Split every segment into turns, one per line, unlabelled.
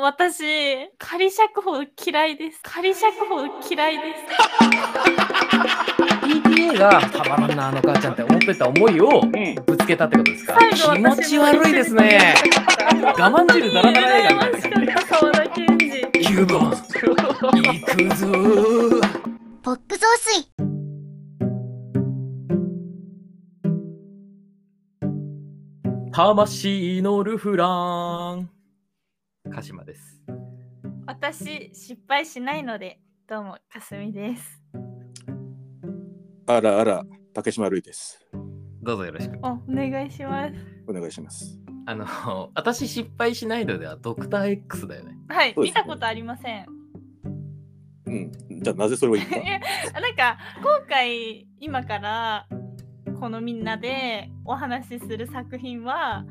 私、仮釈放嫌いです。仮釈放嫌いです。
PTA がたまらんなあの母ちゃんって思ってた思いを
うん。
ぶつけたってことですか
最後
気持ち悪いですね。我慢汁だらだら映画みた
羨
いな
ましかった沢田研二。
9番行くぞー
ポップ増水
魂のルフラン鹿島です
私、失敗しないので、どうも、かすみです。
あらあら、竹島るいです。
どうぞよろしく
お、お願いします。
お願いします。
あの私失敗しないのではドクター X だよね
はい、
そう
見
ですね
たことありません。
うん。じゃあなぜそれを言っ
い やなんか今回今からこのみんなでお話しする作品は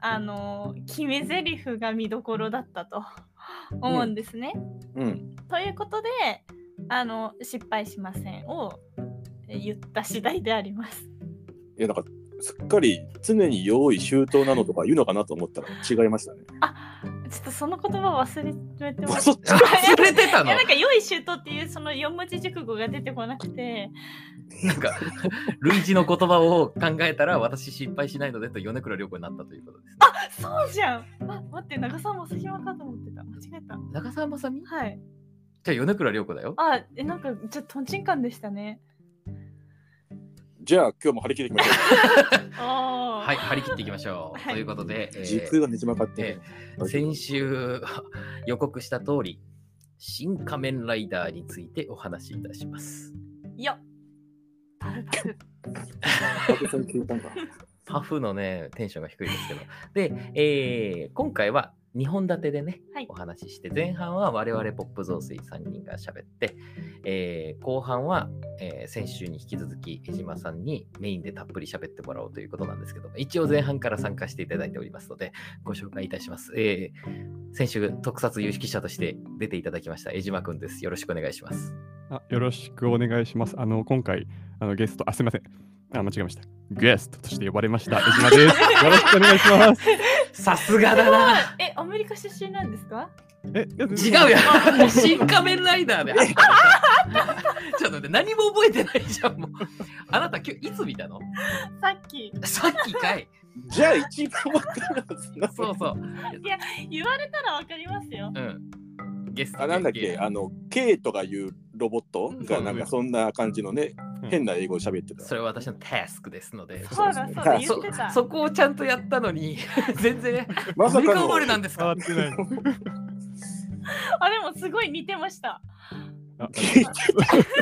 あの決め台詞が見どころだったと思うんですね。
たうん。
ということであの失敗しませんを言った次第であります。
いや、なんか、すっかり常に用意周到なのとか言うのかなと思ったら違いましたね。
ちょっとその言葉忘れてます。
そっち
忘れてた
い
の
やなんか良い周到っていうその四文字熟語が出てこなくて
なんか類似の言葉を考えたら私失敗しないのでと米倉涼子になったということです
あそうじゃんあ待って長澤まさひまかと思ってた間違えた
長澤まさみ
はい
じゃあ米倉涼子だよ
あ、え、なんか、ちょっととんちんかんでしたね。
じゃあ今日も張り切っていきましょ
あ
はい張り切っていきましょう、
はい
ということで、え
う。
ー
時空がねじ曲がってね。
先週予告した通り新仮面ライダーについてお話しいたします
い。よっ。パフパフ。
竹さん聞いたんだ。
パフのねテンションが低いですけどで、えー今回は2本立てでね、
はい
お話しして前半は我々ポップ増水3人が喋って、えー後半は、えー先週に引き続き江島さんにメインでたっぷり喋ってもらおうということなんですけど一応前半から参加していただいておりますのでご紹介いたします、えー先週特撮有識者として出ていただきました江島くんですよろしくお願いします
あよろしくお願いします。あの、今回、あのゲスト、あ、すみません。あ、間違えました。ゲストとして呼ばれました。江島です。よろしくお願いします。
さすがだな
え、アメリカ出身なんですか。
え、
違うよ新仮面ライダー で。ちょっと待って、何も覚えてないじゃん、もう。あなた、今日いつ見たの
さっき
さっきかい。
じゃあ一番わかるはずな。
そうそう。
言われたらわかりますよ。
うん。ゲスト
あなんだっけあの K とかいうロボットがなんかそんな感じのね、
うん
変な英語を喋ってた。
それは私のタスクですので。
そうだ、そうだ、言
そ
ってた。
そこをちゃんとやったのに、 全然、
まさ
アメリ
か
カ生
の
まれなんです
変わ
か
ってない。
あ、でも、すごい似てました。
あ、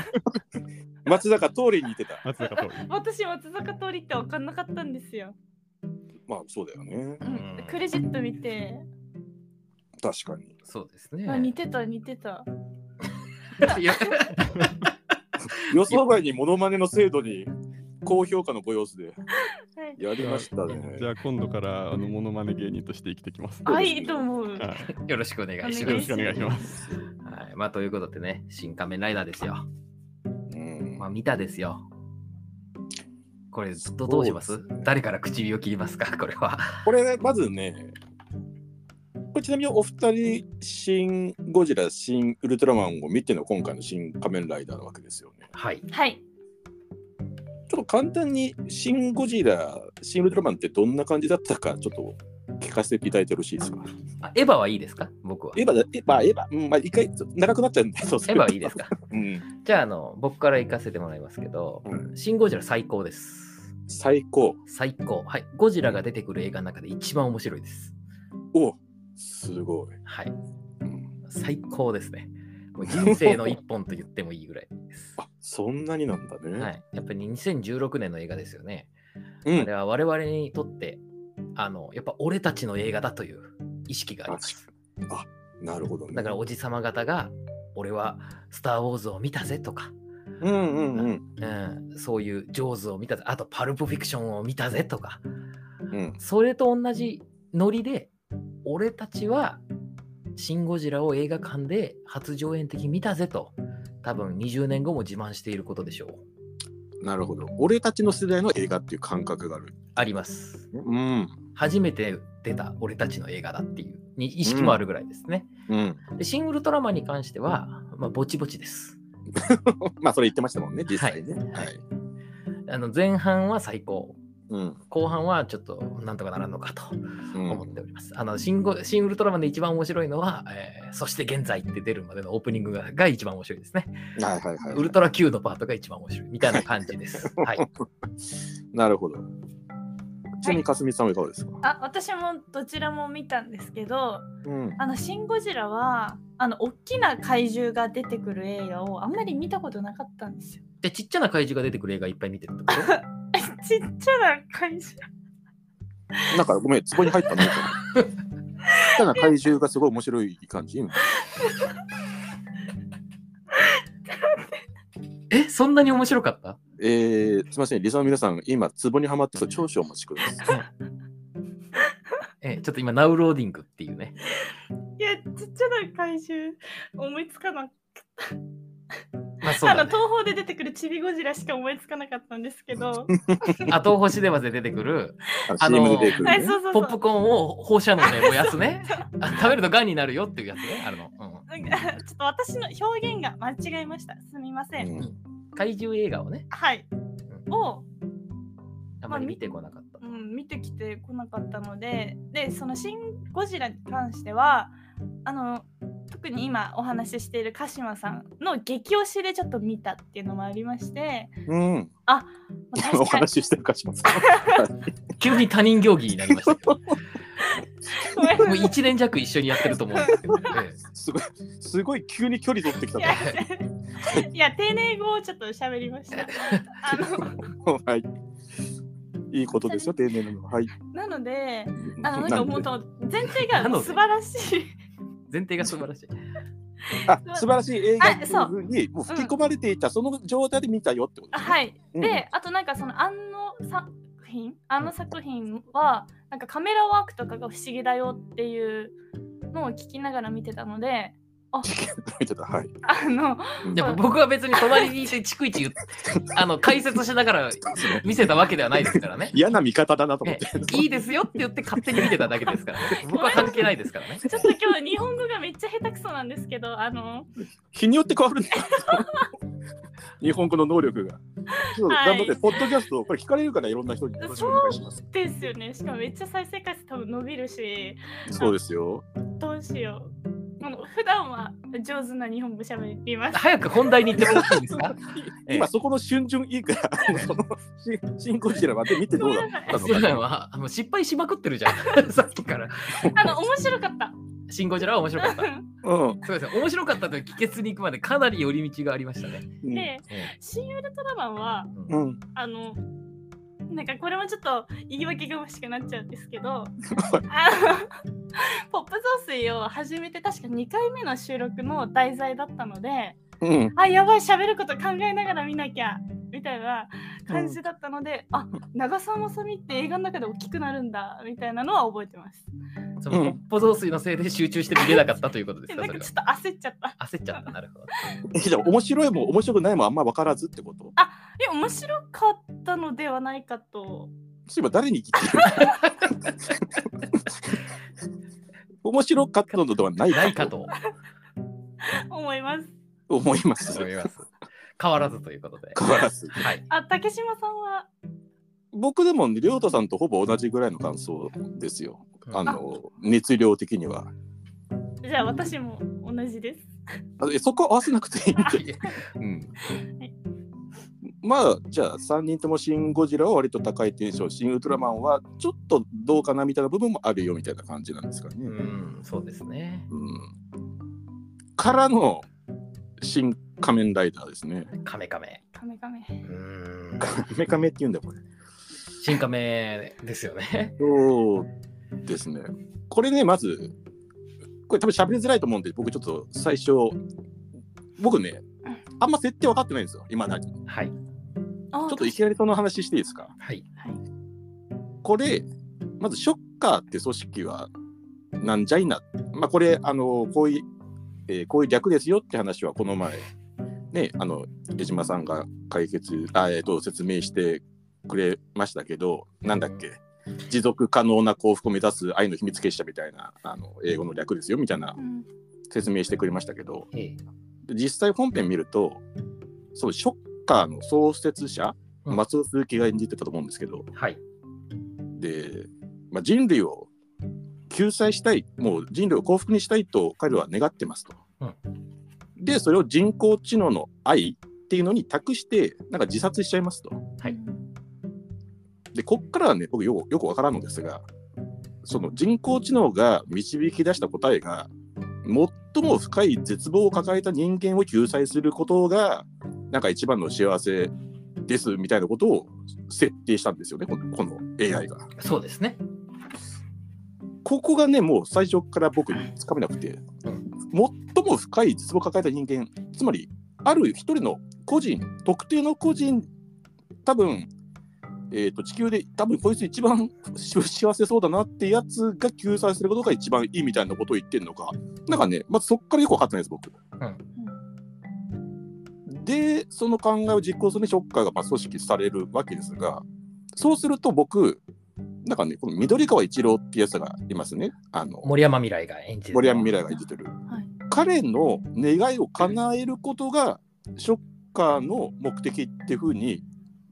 松坂通りに似てた。
松坂桃李
私、松坂通りってわかんなかったんですよ。
まあそうだよね
う。
うん
ん、クレジット見て、
確かに。
そうです
あ、似
ね。
てた、似てた。
いや
予想外にモノマネの精度に高評価のご様子で
はい。
やりましたね
じ。ゃあ、今度から、あの、モノマネ芸人として生きてきます。
あ、いいと思う。
はい
よろしくお願いし
よろ
ま
し
す。
くお願いします。
はい、まあ、ということでね、新仮面ライダーですよ。
うん
まあ、見たですよ。これ、どどうしま
そ
す
うですね
誰から唇を切りますか これは。
これねまずね、これちなみにお二人、新ゴジラ、新ウルトラマンを見ての今回の新仮面ライダーなわけですよね。
はい。
はい。
ちょっと簡単に、シン・ゴジラ、シン・ウルトラマンってどんな感じだったか、ちょっと聞かせていただいてよろしいですか。
あエヴァはいいですか僕は。
エ
エ
ヴァだ、エヴァ、エヴァ、うん、まあ、一回、長くなっちゃうんで、そう
ヴァはいいです か
うん、
じゃあ、あの、僕から行かせてもらいますけど、
う
シン・ゴジラ最高です。
最高。
最高。はい。ゴジラが出てくる映画の中で一番面白いです。
おすごい。
はい。
うん
最高ですね。もう人生の一本と言ってもいいぐ らいです。
あ、そんなになんだね。
はい。やっぱり2016年の映画ですよね。
う
あ
ん
れ。は我々にとって、あの、やっぱ俺たちの映画だという意識があります。
なるほどね。
だからおじさま方が、俺はスター・ウォーズを見たぜとか、
うんうんうん。
うん、そういうジョーズを見たぜ、あとパルプフィクションを見たぜとか、
うん。
それと同じノリで、俺たちはシン・ゴジラを映画館で初上演的に見たぜと、多分20年後も自慢していることでしょう。
なるほど。俺たちの世代の映画っていう感覚がある。
あります。
うん。
初めて出た俺たちの映画だっていうに意識もあるぐらいですね。
うん。
でシン・ウルトラマンに関しては、まあ、ぼちぼちです。
まあ、それ言ってましたもんね、実際ね。はい。
あの前半は最高、
うん。
後半はちょっとなんとかならんのかと
うん
思っております。あのシンゴシン・ウルトラマンで一番面白いのは、えーそして現在って出るまでのオープニングがが一番面白いですね。
はいはいはい。
ウルトラ Q のパートが一番面白いみたいな感じ です。はい、
なるほど。ちなみに、かすみさんはいかがですか、
あ私もどちらも見たんですけど
うん。
あの「シン・ゴジラは」あの大きな怪獣が出てくる映画をあんまり見たことなかったんですよ。
で、ちっちゃな怪獣が出てくる映画いっぱい見てるってこと
ちっちゃな怪獣
なんか、ごめん、そこに入ったの。ただ、怪獣がすごい面白い感じ。今
え、そんなに面白かった
えー、すみません、理想の皆さん、今、ツボにはまって、長所お待ちください。
え、ちょっと今、ナウローディングっていうね。
いやちっちゃな怪獣思いつかなく
まあそう
あの
だね、
東宝で出てくるチビゴジラしか思いつかなかったんですけど
あ東宝シネマで出てくる、
あの CM で出てくる、ね
はいそうそう
ポ
そ
ップ
う
コーンを放射能で燃やす ね。あ食べると癌になるよっていうやつね。あの、う
なんかちょっと私の表現が間違えましたすみません、
うん
ん、怪獣映画をね、
はいを、
あまり見てこなかった
う。ん、見てきてこなかったのででその「シン・ゴジラ」に関してはあの特に今お話ししている鹿島さんの激推しでちょっと見たっていうのもありまして
うん。
まあ
お
確かに
話ししてるかしますか。
急に他人行儀になりましたけど、
ごめんな
も
さ
う
い
1年弱一緒にやってると思うんですけど、え
すごい、すごい急に距離取ってきた
い
と
や いや丁寧語をちょっと喋りました。あの
はい。いいことですよ、丁寧なのは。はい。
なのであのなんかもうと前提が
なので
素晴らしい。
え前提が素晴らしい。
あ素晴らしい映画ってい
あ
う
そう
ふうにもう吹き込まれていたその状態で見たよってこと
あ
ですね、
はい。であとなんかそのあの作品あの作品はなんかカメラワークとかが不思議だよっていうのを聞きながら見てたので
見てたはい
あの
でも僕は別に隣にいて逐一言っあの解説しながら見せたわけではないですからね。
嫌な見方だなと思っ
ね
て、
いいですよって言って勝手に見てただけですから、ね、僕は関係ないですからね。
ちょっと今日日本語がめっちゃ下手くそなんですけどあの
日によって変わるん だ日本語の能力がちょっと頑張って、
はい
ポッドキャストこれ聞かれるからいろんな人によろしくお願いします
ですよねしかもめっちゃ再生回数多分伸びるし
そうですよ
どうしよう。もう普段は上手な日本語喋り ます。
早く本題に行ってもらっていいですかええ
今そこの瞬順いいから そのし進行してるまで見てどうだったの
そうな
か
のはあの失敗しまくってるじゃん。さ っきから。
あの面白かった。
シン・ゴジラは面白かった。
うん
そうですね。面白かったという帰結に行くまでかなり寄り道がありましたね。
うん
で、シン・ウルトラマンは、
うん
うん
あの、なんかこれもちょっと言い訳が欲しくなっちゃうんですけど、あの ポップ増水を始めて確か2回目の収録の題材だったので、
うん
あ、やばい、喋ること考えながら見なきゃみたいな感じだったので、あ、長澤まさみって映画の中で大きくなるんだみたいなのは覚えてます。
その
うん
ポッポ増水のせいで集中して見れなかったということです
で
か、
なん
そ
かちょっ。
れは
と焦っちゃった。
焦っちゃった、なるほど。
えじゃあ面白いも面白くないもあんま分からずってこ
い
と
や面白かったのではないかと。
そういえば誰に聞いてる 面白かったのではない
ないかと
思います。
思います。
思います。変わらずということで。
変わらず。
はい。
あ、竹島さんは。
僕でもね、りょうたさんとほぼ同じぐらいの感想ですよ。あ
あ
の、熱量的には。
じゃあ私も同じです。
あえそこは合わせなく ていいんで。
うん。
まあ、じゃあ、3人ともシン・ゴジラは割と高いテンション、シン・ウルトラマンはちょっとどうかなみたいな部分もあるよみたいな感じなんですかね。
うん、そうですね。
うんからの、新仮面ライダーです ね。
カメカメ。
カメカメ。
うん。
カメカメって言うんだよ、これ。
新カメですよね。
そうですね。これね、まず、これ多分喋りづらいと思うんで、僕ちょっと最初、僕ね、あんま設定分かってないんですよ、今だに。ち
はい。
あ
ょっといきなりその話していいですか。
はい。
これ、まずショッカーって組織はなんじゃいな。まあ、これ、あの、こういう、えーこういう略ですよって話はこの前、ね、あの、江島さんが解決、あえっ、と、説明してくれましたけど、なんだっけ、持続可能な幸福を目指す愛の秘密結社みたいなあの英語の略ですよみたいな
うん
説明してくれましたけど
ええ
実際本編見るとそうショッカーの創設者
うん
松尾鈴木が演じてたと思うんですけど、
はい。
で、まあ、人類を救済したいもう人類を幸福にしたいと彼らは願ってますと。
うん
でそれを人工知能の愛っていうのに託してなんか自殺しちゃいますと。
はい
でこっからはね僕よくよくわからんのですがその人工知能が導き出した答えが最も深い絶望を抱えた人間を救済することがなんか一番の幸せですみたいなことを設定したんですよねこのこの AI が。
そうですね。
ここがねもう最初から僕つかめなくて
うん
最も深い絶望を抱えた人間つまりある一人の個人特定の個人多分えー、と地球で多分こいつ一番 幸幸せそうだなってやつが救済することが一番いいみたいなことを言ってるのかなんかねまずそっからよく分かってないです僕。でその考えを実行するのにショッカーがまあ組織されるわけですがそうすると僕なんかねこの緑川一郎ってやつがいますねあの
森山未来が演じる。
森山未来が演じてる、
はい
彼の願いを叶えることがショッカーの目的っていうふうに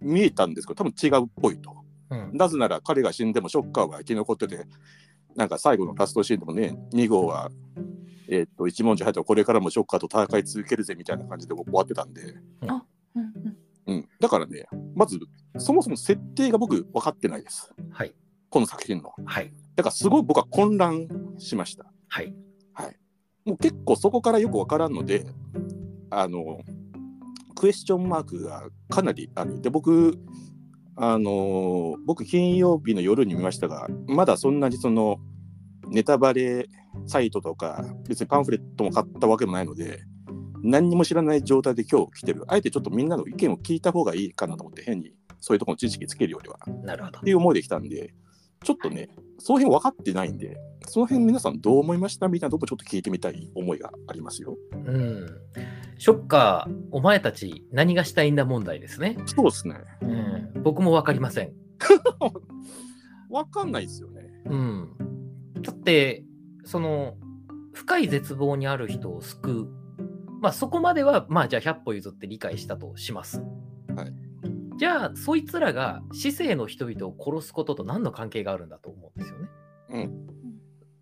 見えたんですけど多分違うっぽいと
うん。
なぜなら彼が死んでもショッカーは生き残っててなんか最後のラストシーンでもね2号は、えー、と一文字入ったらこれからもショッカーと戦い続けるぜみたいな感じで終わってたんで、
うんうん
うん、だからねまずそもそも設定が僕分かってないです
はい。
この作品の
はい。
だからすごい僕は混乱しました
はい。
もう結構そこからよくわからんので、あの、クエスチョンマークがかなりある。で、僕、あの、僕、金曜日の夜に見ましたが、まだそんなにその、ネタバレサイトとか、別にパンフレットも買ったわけもないので、何にも知らない状態で今日来てる。あえてちょっとみんなの意見を聞いた方がいいかなと思って、変にそういうところの知識つけるよりは。っ
なるほど
て。いう思いで来たんで、ちょっとね、その辺分かってないんで、その辺皆さんどう思いましたみたいなとこちょっと聞いてみたい思いがありますよ。
うん。ショッカー、お前たち何がしたいんだ問題ですね。
そうですね。
うん。僕もわかりません。
分かんないですよね。
うん。だって、その、深い絶望にある人を救う。まあ、そこまでは、まあ、じゃあ100歩譲って理解したとします。
はい
じゃあ、そいつらが市政の人々を殺すことと何の関係があるんだと思うんですよね。
うん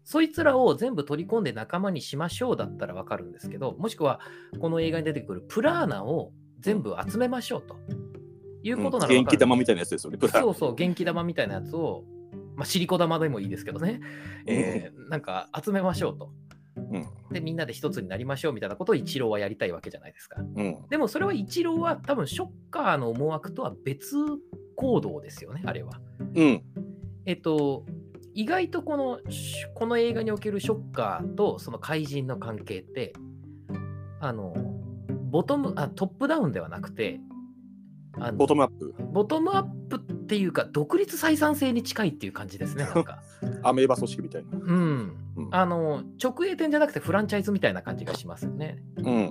そいつらを全部取り込んで仲間にしましょうだったらわかるんですけど、もしくは、この映画に出てくるプラーナを全部集めましょうということならわかる
元気玉みたいなやつですよね。プラ
そうそう、元気玉みたいなやつを、まあ、シリコ玉でもいいですけどね、えー なんか集めましょうと。
ん
で、みんなで一つになりましょうみたいなことを一郎はやりたいわけじゃないですか。
うん。
でもそれは一郎は多分ショッカーの思惑とは別行動ですよね、あれは。
うん。
えっと、意外とこのしこの映画におけるショッカーとその怪人の関係って、あの、ボトムあトップダウンではなくて、あの
ボトムアップ。
ボトムアップっていうか、独立採算性に近いっていう感じですね、なんか。
アメーバ組織みたいな。
うん
うん。
あの、直営店じゃなくてフランチャイズみたいな感じがしますよね。
うん。
うん。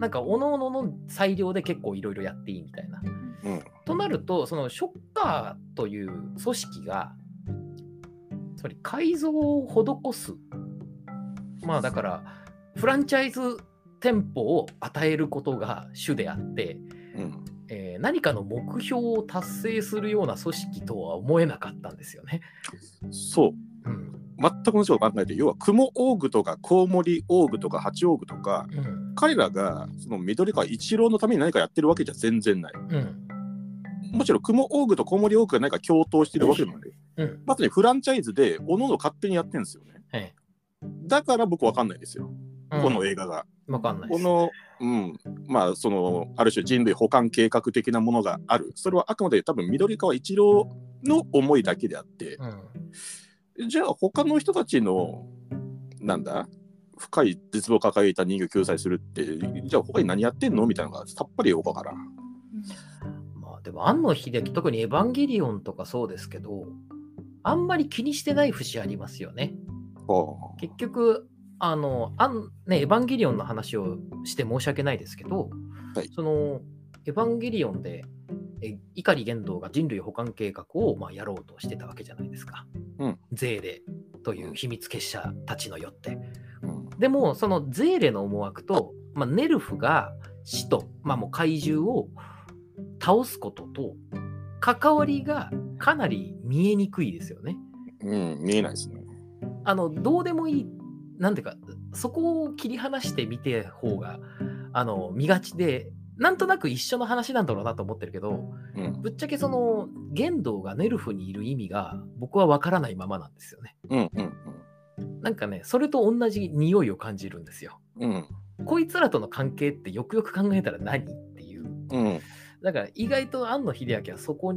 なんか、おののの裁量で結構いろいろやっていいみたいな。
うん
となると、そのショッカーという組織が、つまり改造を施す。まあ、だから、フランチャイズ店舗を与えることが主であって、
うん。
えー何かの目標を達成するような組織とは思えなかったんですよね。
そう。
うん
全くのこと考えて、要は、雲オーグとか、コウモリオーグとか、ハチオーグとか、
うん
彼らが、その緑川一郎のために何かやってるわけじゃ全然ない。
うん
もちろん、雲オーグとコウモリオーグが何か共闘してるわけでもない。
うん
まさにフランチャイズで、おのの勝手にやってるんですよね。
え
だから僕わかんないですよ。
え
この映画が。
うんわかんないで
こ
す。
の、うん、まあそのある種人類保管計画的なものがあるそれはあくまで多分緑川一郎の思いだけであって
うん
じゃあ他の人たちのなんだ深い絶望を抱えた人間を救済するってじゃあ他に何やってんのみたいなのがさっぱりよくわからん。
まあ、でも、庵野秀樹、特にエヴァンゲリオンとかそうですけど、あんまり気にしてない節ありますよね。
はあ
結局、あの、あんね、エヴァンゲリオンの話をして申し訳ないですけど、
はい
その、エヴァンゲリオンで、え碇玄道が人類保管計画をまあやろうとしてたわけじゃないですか。
うん
税令という秘密結社たちのよって。
うん
でもそのゼーレの思惑と、まあ、ネルフが死と、まあ、もう怪獣を倒すことと関わりがかなり見えにくいですよね。
うん、見えないですね。
あのどうでもいいなんていうかそこを切り離して見て方があの見がちでなんとなく一緒の話なんだろうなと思ってるけど
うん、
ぶっちゃけその玄道がネルフにいる意味が僕は分からないままなんですよね。
うん、うん、
なんかねそれと同じ匂いを感じるんですよ。
うん、
こいつらとの関係ってよくよく考えたら何っていう。
うん、
だから意外と庵野秀明はそこ、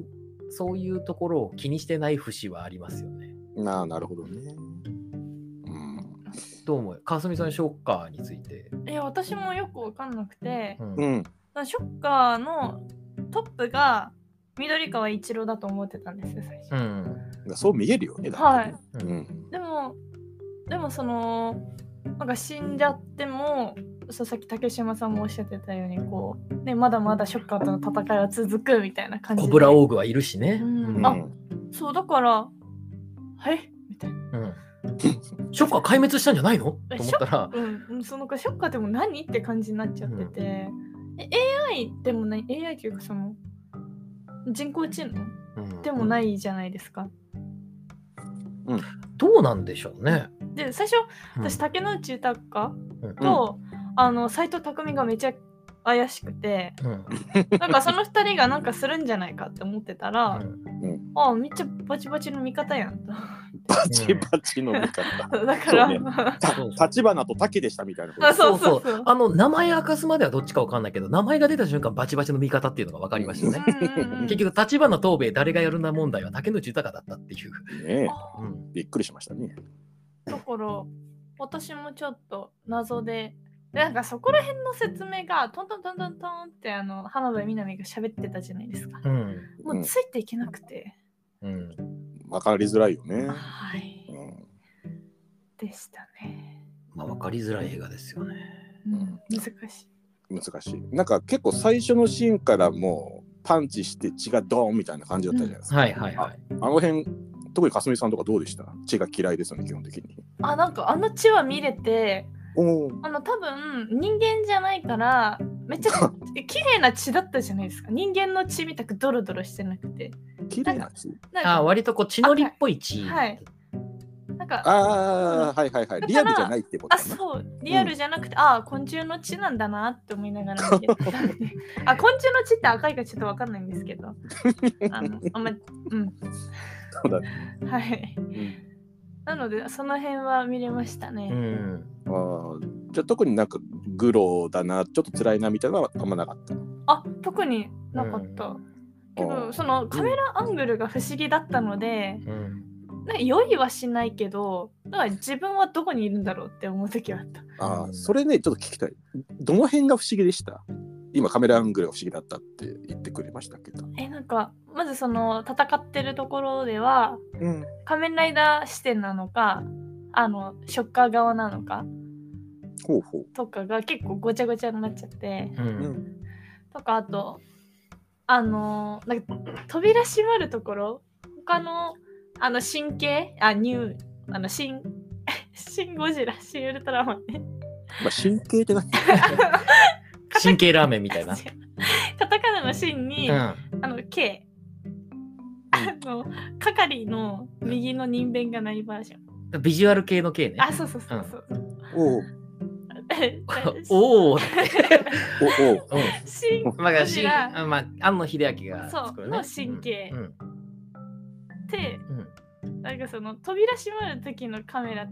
そういうところを気にしてない節はありますよね。
うん。なあ、なるほどね。うん、
どう思う川澄さん、ショッカーについて。
いや私もよくわかんなくて
う、ん
うん、
だからショッカーのトップが緑川一郎だと思ってたんですよ最初。
うん
そう見えるよね。だっ
は
てね
い。
うん、
でもでもそのなんか死んじゃってもそうさっき竹島さんもおっしゃってたようにこう、ね、まだまだショッカーとの戦いは続くみたいな感じ
コ
で
ブラオーグはいるしね。
うん
う
うんん、
あそうだからはいみたいな、
うんショッカー壊滅したんじゃないのと
え
思ったら、
うんうん、そのかショッカーでも何って感じになっちゃってて、え AI でもない AI というかその人工知能
うん
でもないじゃないですか。
どうなんでしょうね。
で最初
うん
私竹野内豊
うん
と、あの斎藤工がめちゃ怪しくて
うん
なんかその2人がなんかするんじゃないかって思ってたら、
うん
あめっちゃバチバチの味方やんと
バチバチの見方。
だから、
そう
そうそう
立花と竹でしたみたいなこと
あ。そう
そ
そうう
そ
そうう。
あの、名前明かすまではどっちかわかんないけど、名前が出た瞬間、バチバチの味方っていうのが分かりましたね。
うんうんうん
結局、立花東兵衛誰がやるな問題は竹野内豊だったっていう。
ねえ
あ
うん
びっくりしましたね。
だから私もちょっと謎ででなんかそこら辺の説明がトントントントントンってあの浜辺美波が喋ってたじゃないですか。
うん。
もうついていけなくて、
うん。
わかりづらいよね。
はい
うん
でしたね。
まあ、分かりづらい映画ですよね。
うん、難しい。
難しい。なんか結構最初のシーンからもうパンチして血がドーンみたいな感じだったじゃないですか。
はいはいはい。
あの辺、特にかすみさんとかどうでした血が嫌いですよね、基本的に。
あなんかあの血は見れて
おお。
あの多分人間じゃないからめっちゃ綺麗な血だったじゃないですか人間の血みたくドロドロしてなくて
綺麗な血。
なん
ああ、
か
割とこう、血のりっぽい血。
はいなんかあ
ああ、はいはいはい。リアルじゃないってことかな。
そうリアルじゃなくて、ああ昆虫の血なんだなって思いながら見て たんであ昆虫の血って赤いかちょっとわかんないんですけどあのあんまうん
そうだ
はい
ん
なのでその辺は見れました
う
ね、
ん。
あーじゃあ特になんかグロだな、ちょっと辛いなみたいなのはあんまなかった。
あ特になかった、
う
け
あー
どそのカメラアングルが不思議だったので、
うん。
なんか酔いはしないけど、だから自分はどこにいるんだろうって思う時はあった。
ああ、それね、ちょっと聞きたい。どの辺が不思議でした今カメラアングルが不思議だったって言ってくれましたけど。
え、なんか、まずその戦ってるところでは、
うん。
仮面ライダー視点なのか、あの、ショッカー側なのか
ほうほう。
とかが結構ごちゃごちゃになっちゃって、
う。
うんん。
とかあと、あの、なんか扉閉まるところ、他の、あの、神経、あ、ニュー、あの、 新、新ゴジラ、新ウルトラマンね。
まあ神経 ってな
神経ラーメンみたいな。
カタカナの芯に、
う
あの K あの係の右の人弁がないバージョン
ん。ビジュアル系の系ね。
あそうそうそうそう、
おう
お
お お。うん。
おう
神
まあ、
ゴ
し
ジ
ん、
ラ
あまあ、庵野秀明が
そう
作る
の神経
うん。
って
うん。
なんかその扉閉まる時のカメラ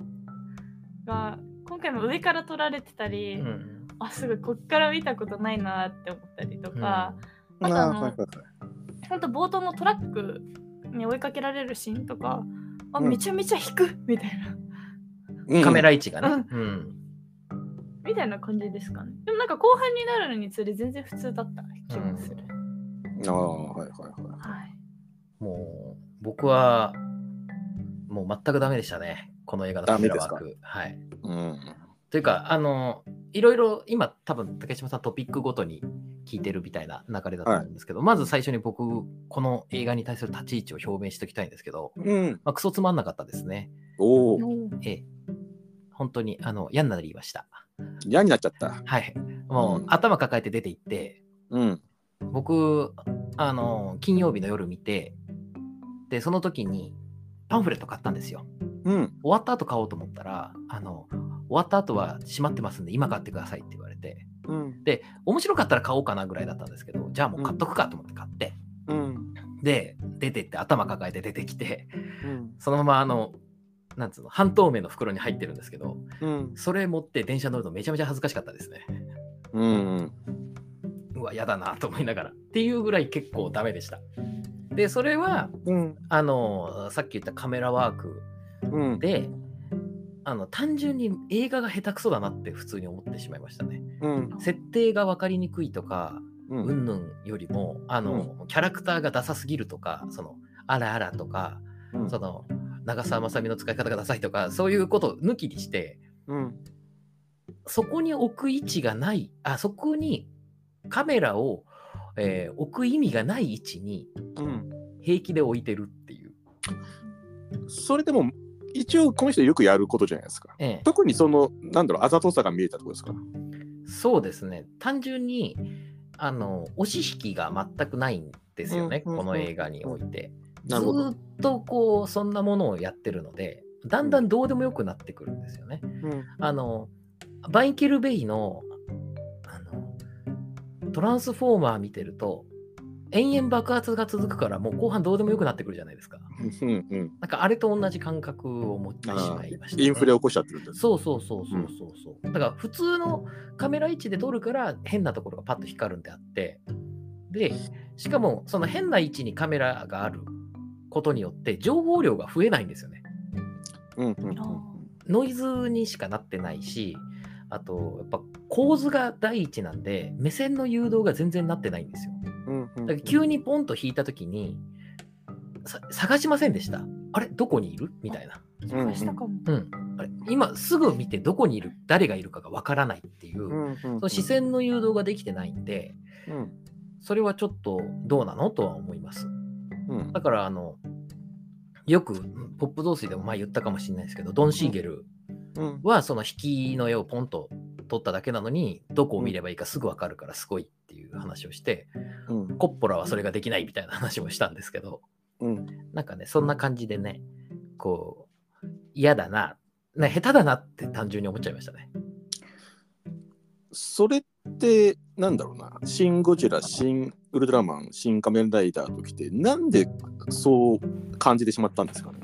が今回も上から撮られてたり、
うん。
あすごいこっから見たことないなって思ったりと
うん
か、
お
あ
う。
とあの
はいはいはい
ほんと冒頭のトラックに追いかけられるシーンとかあ
うん
めちゃめちゃ引くみたいな
うん
カメラ位置がね。
う
うん。
みたいな感じですかねでもなんか後半になるのにつれ全然普通だった気もする、
ああ、はいはいはい。
はい
もう、僕は、もう全くダメでしたね。この映画のカメラワー
ダ
ク。はい。
うん。
というか、あの、いろいろ今、多分竹島さんトピックごとに聞いてるみたいな流れだったんですけど、まず最初に僕、この映画に対する立ち位置を表明しておきたいんですけど、
うん。
まあ、クソつまんなかったですね。
おお、
ええ。本当に、あの、嫌になりました。
嫌になっちゃった。
はい。もう、
うん
頭抱えて出て行って、
うん。
僕、あの、金曜日の夜見て、で、その時にパンフレット買ったんですよ。
うん。
終わった後買おうと思ったら、あの、終わった後は閉まってますんで、今買ってくださいって言われて、
うん。
面白かったら買おうかなぐらいだったんですけど、じゃあもう買っとくかと思って買って、
うん。
で、出てって頭抱えて出てきて、
うん。
そのままあの、なんつうの、半透明の袋に入ってるんですけど、
うん。
それ持って電車乗るのめちゃめちゃ恥ずかしかったですね。
うん。
うわ、嫌だなと思いながら。っていうぐらい結構ダメでした。で、それは、
うん。
あの、さっき言ったカメラワーク
うん。
で、あの単純に映画が下手くそだなって普通に思ってしまいましたね。
うん。
設定が分かりにくいとか、
う。
うんんぬんよりも、あの、キャラクターがダサすぎるとか、その、あらあらとか、その、長澤まさみの使い方がダサいとか、そういうことを抜きにして、
うん。
そこに置く位置がない、あ、そこにカメラを、えー置く意味がない位置に
うん。
平気で置いてるっていう。
それでも、一応この人よくやることじゃないですか。
ええ
特にその、なんだろう、あざとさが見えたところですか。
そうですね。単純に、あの、押し引きが全くないんですよね、
うんうん
この映画において。ず
なるほど
ーっとこう、そんなものをやってるので、だんだんどうでもよくなってくるんですよね。あの、バイケル・ベイの、あの、トランスフォーマー見てると、延々爆発が続くから、もう後半どうでもよくなってくるじゃないですか。
うん。うん。
なんかあれと同じ感覚を持ってしまいましたね、
インフレ起こしちゃってるんです。
そうそうそうそうそうそう、だから普通のカメラ位置で撮るから変なところがパッと光るんであってでしかもその変な位置にカメラがあることによって情報量が増えないんですよね
うん。うん。
ノイズにしかなってないしあとやっぱ構図が第一なんで目線の誘導が全然なってないんですよ
うん。う
だから急にポンと引いた時にさ探しませんでしたあれどこにいるみたいな
探したかも。
うん、あれ今すぐ見てどこにいる誰がいるかがわからないっていう、その視線の誘導ができてないんで
うん。
それはちょっとどうなのとは思います
うん。
だからあのよくポップ雑炊でも前言ったかもしれないですけどドン・シーゲル
うん。
はその引きの絵をポンと撮っただけなのにどこを見ればいいかすぐわかるからすごいっていう話をして
うん。
コッポラはそれができないみたいな話もしたんですけど
うん。
なんかね、そんな感じでね、こう、嫌だな、な下手だなって単純に思っちゃいましたね。
それって、なんだろうな、シン・ゴジラ、シン・ウルトラマン、シン・仮面ライダーときて、なんでそう感じてしまったんですかね。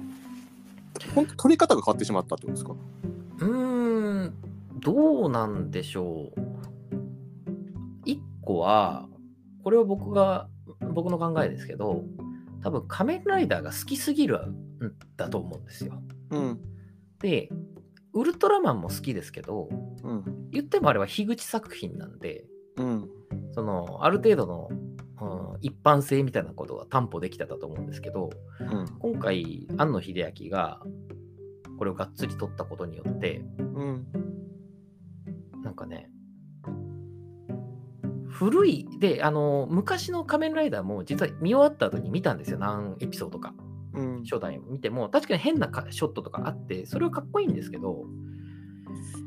本当、取り方が変わってしまったってことですか。
うーん、どうなんでしょう。一個は、これは僕が、僕の考えですけど、多分仮面ライダーが好きすぎるんだと思うんですよ。
うん、
で、ウルトラマンも好きですけど、
うん、
言ってもあれは樋口作品なんで、
うん、
そのある程度の、うん一般性みたいなことが担保できてたと思うんですけど、
うん、
今回庵野秀明がこれをがっつり取ったことによって
うん、
なんかね古いであの昔の「仮面ライダー」も実は見終わった後に見たんですよ何エピソードか
うん、
初代を見ても確かに変なかショットとかあってそれはかっこいいんですけど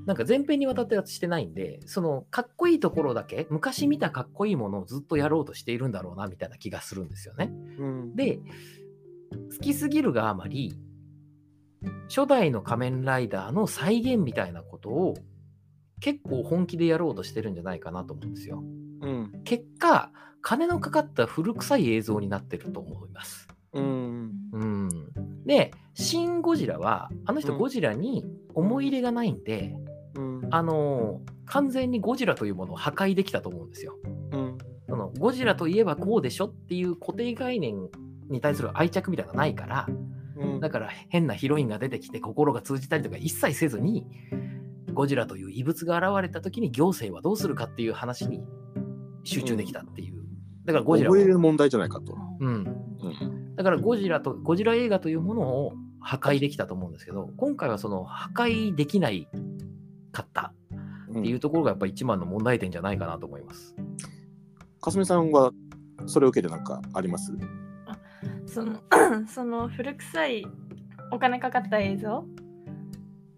なんか前編にわたってはしてないんでそのかっこいいところだけ昔見たかっこいいものをずっとやろうとしているんだろうなみたいな気がするんですよね。
うん、
で好きすぎるがあまり初代の仮面ライダーの再現みたいなことを結構本気でやろうとしてるんじゃないかなと思うんですよ。
うん、
結果金のかかった古臭い映像になってると思います。
うん、
うん、で「シン・ゴジラは」あの人
うん
ゴジラに思い入れがないんで、
うん、
あのー完全にゴジラというものを破壊できたと思うんですよ。
うん、
そのゴジラといえばこうでしょっていう固定概念に対する愛着みたいなのがないから
うん、
だから変なヒロインが出てきて心が通じたりとか一切せずにゴジラという異物が現れた時に行政はどうするかっていう話に集中できたっていう、だからゴジラ
覚える
も、
問題じゃないかと。
うん、
うん、
だからゴジラとゴジラ映画というものを破壊できたと思うんですけど今回はその破壊できないかったっていうところがやっぱ一番の問題点じゃないかなと思います。
かすみさんはそれを受けてなんかあります
その その古臭いお金かかった映像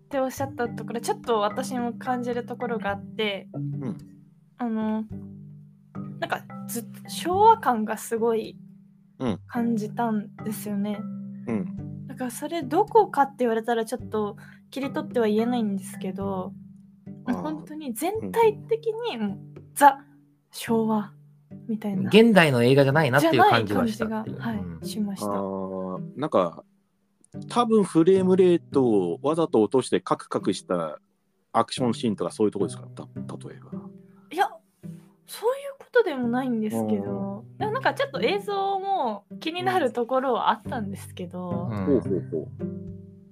っておっしゃったところちょっと私も感じるところがあって、
ん
あのなんかずっと昭和感がすごい
うん
感じたんですよね、
うん。
だからそれどこかって言われたらちょっと切り取っては言えないんですけど
あー
本当に全体的にもう、ザ昭和みたいな
現代の映画じゃないなっ
じゃ
ていう
ない
感じ
感
は
じ
した
が、
っていう。
は
うん
い、しまし
あ
た。
ーなんか、多分フレームレートをわざと落としてカクカクしたアクションシーンとかそういうところですから、た例えば。
いやそういうことでもないんですけどでもなんかちょっと映像も気になるところはあったんですけど、
うん
ほうほうほ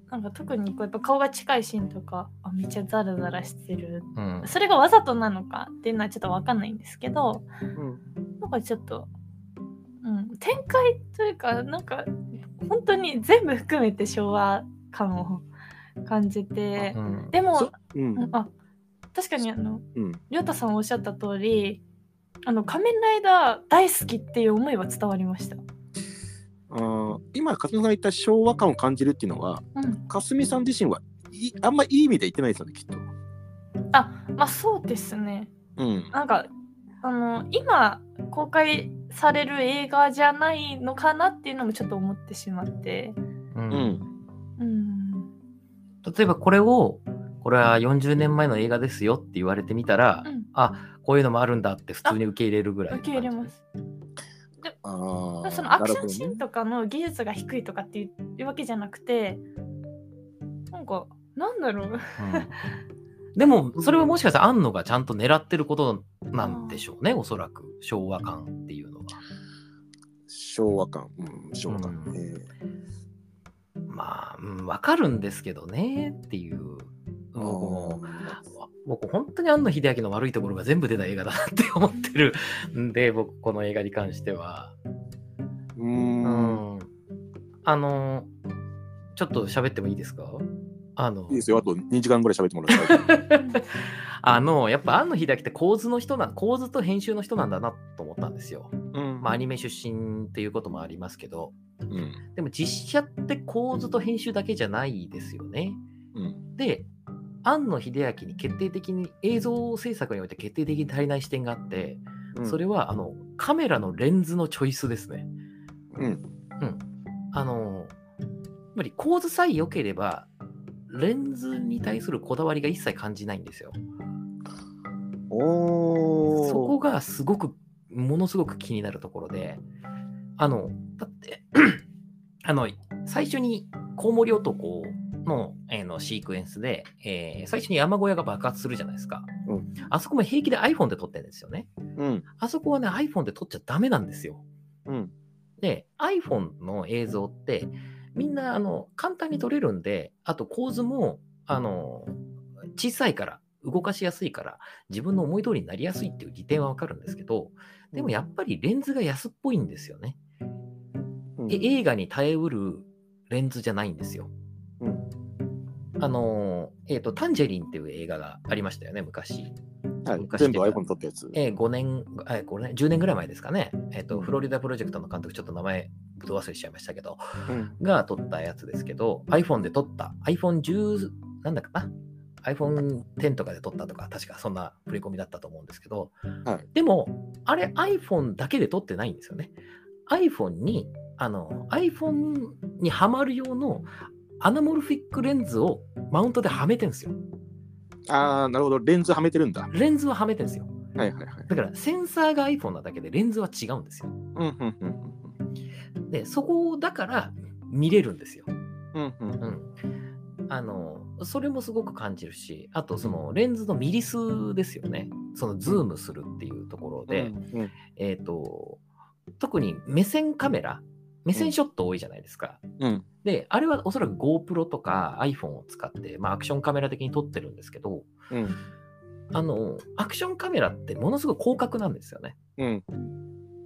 なんか特にこうやっぱ顔が近いシーンとかあめっちゃザラザラしてる
うん
それがわざとなのかっていうのはちょっとわかんないんですけど
う。うん
なんかちょっと、うん、展開というかなんか本当に全部含めて昭和感を感じて
う、ん
でも
そうん。
あ確かにあの
うん。
りょうたさんおっしゃった通りあの仮面ライダー大好きっていう思いは伝わりました。
あー今、かすみさんが言った昭和感を感じるっていうのは、
うん、
かすみさん自身はいあんまいい意味で言ってないですよね、きっと。
あまあそうですね。
うん。
なんかあの今公開される映画じゃないのかなっていうのもちょっと思ってしまって。
う
うんん。
うん
例えばこれを、これは40年前の映画ですよって言われてみたら
う、ん、
あこういうのもあるんだって普通に受け入れるぐらいの
受
感
け
じ。
入れます。
あー
そのアクシ
な
ョン
るほ
シ
ど
ー
ね
ンとかの技術が低いとかっていうわけじゃなくてなんかなんだろう
うんでも、それはもしかしたら、庵野がちゃんと狙ってることなんでしょうね、おそらく、昭和感っていうのは。
昭和感。うん、昭和感。
うん
えー
まあ、うん、わかるんですけどねっていう。僕も僕、本当に庵野秀明の悪いところが全部出た映画だなって思ってるんで、僕、この映画に関しては。
うーん。
あの、ちょっと喋ってもいいですかあの
いい、ですよ。あと2時間ぐらい喋ってもらって。
あの、やっぱ庵野秀明って構図の人な、構図と編集の人なんだなと思ったんですよ。
うん
まあ、アニメ出身っていうこともありますけど、
うん。
でも実写って構図と編集だけじゃないですよね。
うん。
で、庵野秀明に決定的に映像制作において決定的に足りない視点があって、
うん
それはあのカメラのレンズのチョイスですね。
うん。
あのつまり構図さえ良ければレンズに対するこだわりが一切感じないんですよ。
おー
そこがすごくものすごく気になるところであのだって あの最初にコウモリ男の,、えーのシークエンスで、えー最初に山小屋が爆発するじゃないですか、
うん
あそこも平気で iPhone で撮ってるんですよね
うん。
あそこはね iPhone で撮っちゃダメなんですよ
うん。
で iPhone の映像ってみんなあの簡単に撮れるんであと構図もあの小さいから動かしやすいから自分の思い通りになりやすいっていう利点はわかるんですけどでもやっぱりレンズが安っぽいんですよね、
うん
で映画に耐えうるレンズじゃないんですよ、
うん
あのえっ、と「タンジェリン」っていう映画がありましたよね昔
はい
昔
全部
出た
iPhone 撮ったやつ。
えー5年、えー5年、10年ぐらい前ですかね、えーと、フロリダプロジェクトの監督、ちょっと名前、ぶど忘れしちゃいましたけど、
うん
が撮ったやつですけど、iPhone で撮った、iPhone10、なんだかな、iPhone10 とかで撮ったとか、確かそんな振り込みだったと思うんですけど、
はい
でも、あれ iPhone だけで撮ってないんですよね。iPhone に、あの、iPhone にはまる用のアナモルフィックレンズをマウントではめてるんですよ。
ああ、なるほど。レンズはめてるんだ。は
レンズははめてるんですよ。
いはいはい。
だから、センサーが iPhone なだけでレンズは違うんですよ。
うんうんうん
でそこだから見れるんですよ。
うんうんうん
あのそれもすごく感じるしあとそのレンズのミリ数ですよねそのズームするっていうところで、
うん
えっ、と特に目線カメラ目線ショット多いじゃないですか。
うん
であれはおそらく GoPro とか iPhone を使って、まあ、アクションカメラ的に撮ってるんですけど
うん
あのアクションカメラってものすごい広角なんですよね。
うん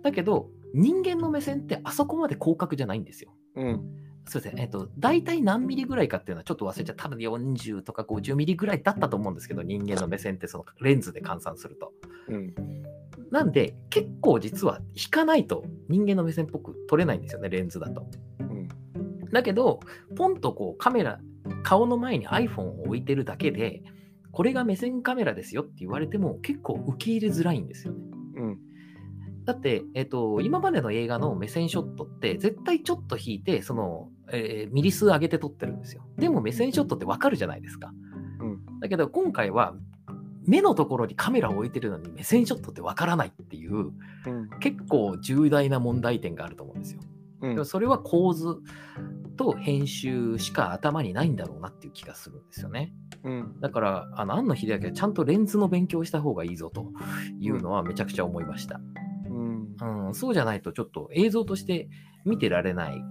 だけど人間の目線ってあそこまで広角じゃないんですよ。
うん
そうですね、えっと、大体何ミリぐらいかっていうのはちょっと忘れちゃった、多分40とか50ミリぐらいだったと思うんですけど、人間の目線ってそのレンズで換算すると。
うん
なんで、結構実は引かないと人間の目線っぽく撮れないんですよね、レンズだと。
うん
だけど、ポンとこうカメラ、顔の前に iPhone を置いてるだけで、これが目線カメラですよって言われても結構受け入れづらいんですよね。
うん
だって、えっと、今までの映画の目線ショットって絶対ちょっと引いてその、えーミリ数上げて撮ってるんですよでも目線ショットってわかるじゃないですか、
うん
だけど今回は目のところにカメラを置いてるのに目線ショットってわからないっていう
うん
結構重大な問題点があると思うんですよ
う
で
ん
もそれは構図と編集しか頭にないんだろうなっていう気がするんですよね
うん
だから、あの、庵野秀明はちゃんとレンズの勉強をした方がいいぞというのはめちゃくちゃ思いました。
うん
うん、そうじゃないとちょっと映像として見てられない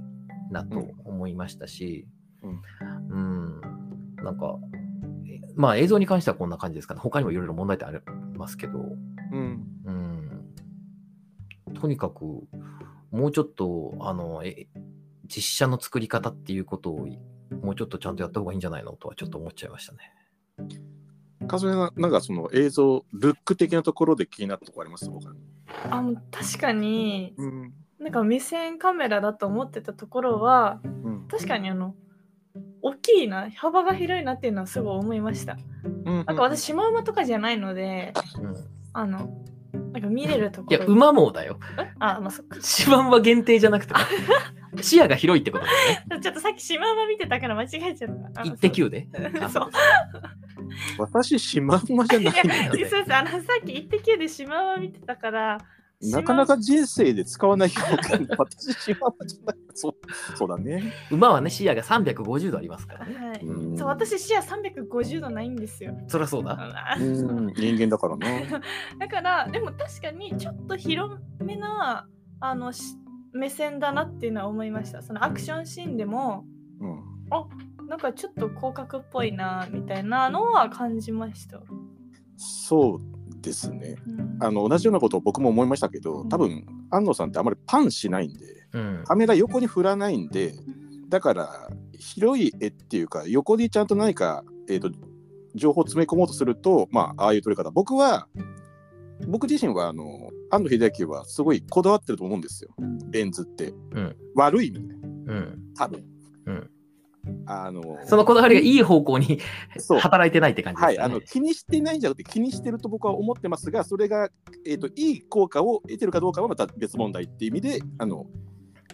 なと
うん
思いましたし、
うん
うん、なんか、えまあ映像に関してはこんな感じですかね。他にもいろいろ問題点ありますけど、
うん
うん、とにかくもうちょっとあのえ実写の作り方っていうことをもうちょっとちゃんとやった方がいいんじゃないのとはちょっと思っちゃいましたね。
かそれななんかその映像ルック的なところで気になったとこあります他に
あもう確かに
うん
なんか目線カメラだと思ってたところは
うん
確かにあの大きいな幅が広いなっていうのはすごい思いました
うん
なんか私シマウマとかじゃないので
うん
あのなんか見れるとこ
い
ろ
や、馬もだよ。
あまあそっか
シマウマ限定じゃなくてね、視野が広いってことだよね。
ちょっとさっきシマウマ見てたから間違えちゃったあ
一滴で。あ
そう
私シマウマじ ゃ
い
な
や、
い
す
ん
みませ
だよね
ん、あの、さっき一滴でシマウマ見てたから。
なかなか人生で使わない表現私シマウマじゃないそうそうだね
馬はね、視野が350度ありますから
シ
ね。
マウマ。はい。
うん
そう、私視野三百五十度ないんですよ。
そりゃそうだ。
あ
う
の
ん人間だか らな
だから、でも、確かに、ちょっと広めな、あの、し目線だなっていうのは思いました。そのアクションシーンでも、
うん
なんかちょっと広角っぽいなみたいなのは感じました。
そうですね
うん
あの同じようなことを僕も思いましたけど
うん
多分安野さんってあまりパンしないんで
うん。
カメラ横に振らないんでだから広い絵っていうか横にちゃんと何か、えー、と情報を詰め込もうとするとまあああいう撮り方僕は僕自身はあの安野秀明はすごいこだわってると思うんですよレンズって、
ん
悪い意味で
うん。
多分、
うん
あの
そのこだわりがいい方向に
そう
働いてないって感じ
は
で
い、
す
あ
か
の
ね。
気にしてないんじゃなくて気にしてると僕は思ってますがそれが、えー、といい効果を得てるかどうかはまた別問題っていう意味であの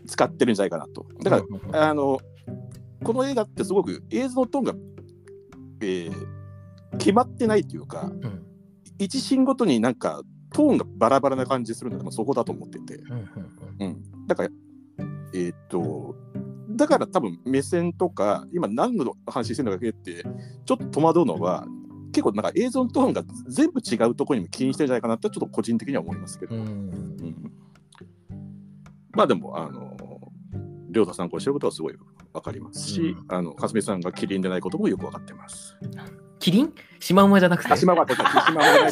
使ってるんじゃないかなとだから、
うん
あのこの映画ってすごく映像のトーンが、えー決まってないというか
うん
一シーンごとになんかトーンがバラバラな感じするので、まあ、そこだと思ってて、
うんうん
うん、だからえーっとだから多分目線とか今何の話してるのかってちょっと戸惑うのは結構なんか映像のトーンが全部違うところにも気にしてるんじゃないかなってちょっと個人的には思いますけど、
う
うん
ん
まあでもあの亮太さんがおっしゃることはすごい分かりますし、
うん
あのかすみさんがキリンでないこともよく分かってます。
キリンシマウマじゃなくて。
あ島は島は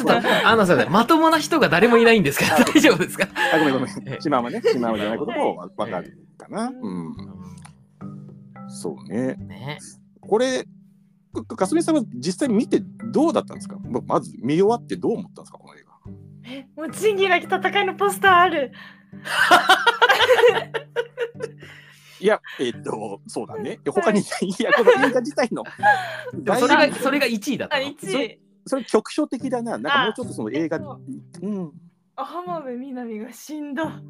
ちょっ とあのすいませんまともな人が誰もいないんですけど、大丈夫ですか
あごめんごめん島はね島はじゃないこともわ分かるかな。うん、そうね。
ね
これ、かかすみさんは実際見てどうだったんですかままず見終わってどう思ったんですか、この映画。
え、もう仁義なき戦いのポスターある。
いや、えっと、そうだね。他に、いや、この映画自体の。
でもそれが、それが1位だった
あ、
の。
一位。
それ局所的だな。なんかもうちょっとその映画。
そう
うん。
浜辺美波が死んだ。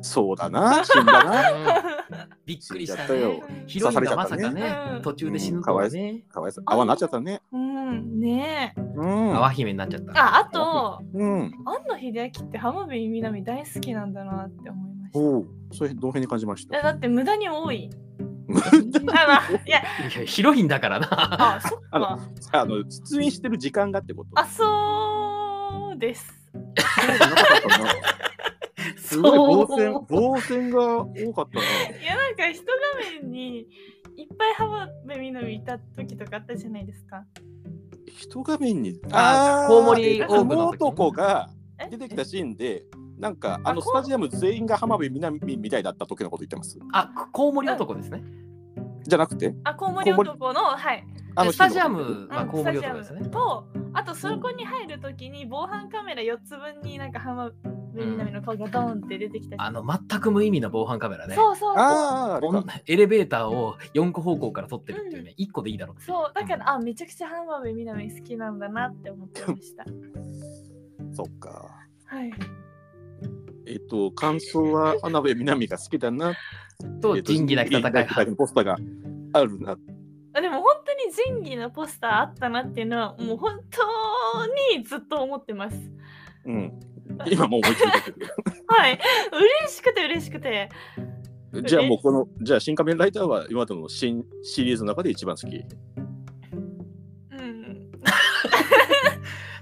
そうだな。死んだ な。
うんびっくりし
死
た
んじ
ね
ゃったよ。
ヒロインがま
さ
さか
刺
れちゃった
ね
ね、
途中で死ぬとはね。
かわいそう。泡になっちゃったね。
うん、ねえ。
うん。
泡姫になっちゃった。
あ、あと、
うん。
庵野秀明って浜辺美波大好きなんだなって思いました。
おお。それ、どの辺に感じまし
いや
た
だって無駄に多い。
い
あ、まあ、いや、
やヒロインだからな。
あ、そっか。
あの、出演してる時間がってこと。
あ、そうです。
そうじゃなかったな。 すごい防線、防線が多かったな。
いや、なんか一画面にいっぱい浜辺美波いた時とかあったじゃないですか。
一画面に
あー
あー
コウモリ
えっ
オ
と
ー
ブの時
男が
え
出てきたシーンでなんかあの
あ
スタジアム全員が浜辺美波みたいだった時のこと言ってます
あ、コウモリ男ですね。
じゃなくて
あ、コウモリ男の、はい。
あの
スタ
シ
ジ
ー
ア
ンのこと
ムはコウ
ス
モ
タ
リ
ジア
男
ム
ですね。
と、あとそこに入るときに防犯カメラ4つ分になんか浜辺美波の顔がドーンって出てきたり
あの、全く無意味な防犯カメラね。
そうそうそう
ああ、あれ
こ
か
んエレベーターを4個方向から撮ってるっていうね、1個でいいだろうっていう
そうだからあめちゃくちゃ浜辺美波好きなんだなって思ってました
そっか。
はい
えっと、感想は、穴部みなみが好きだな。
と
えっと
仁義なき戦い
仁義なきのポスターがあるな。
あでも本当に仁義のポスターあったなっていうのはもう本当にずっと思ってます
うん。今もう思いついたけ
はい嬉しくて嬉しくて
ど。じゃあもうこの、じゃあ新仮面ライダーは今までの新シリーズの中で一番好
う
き。
ん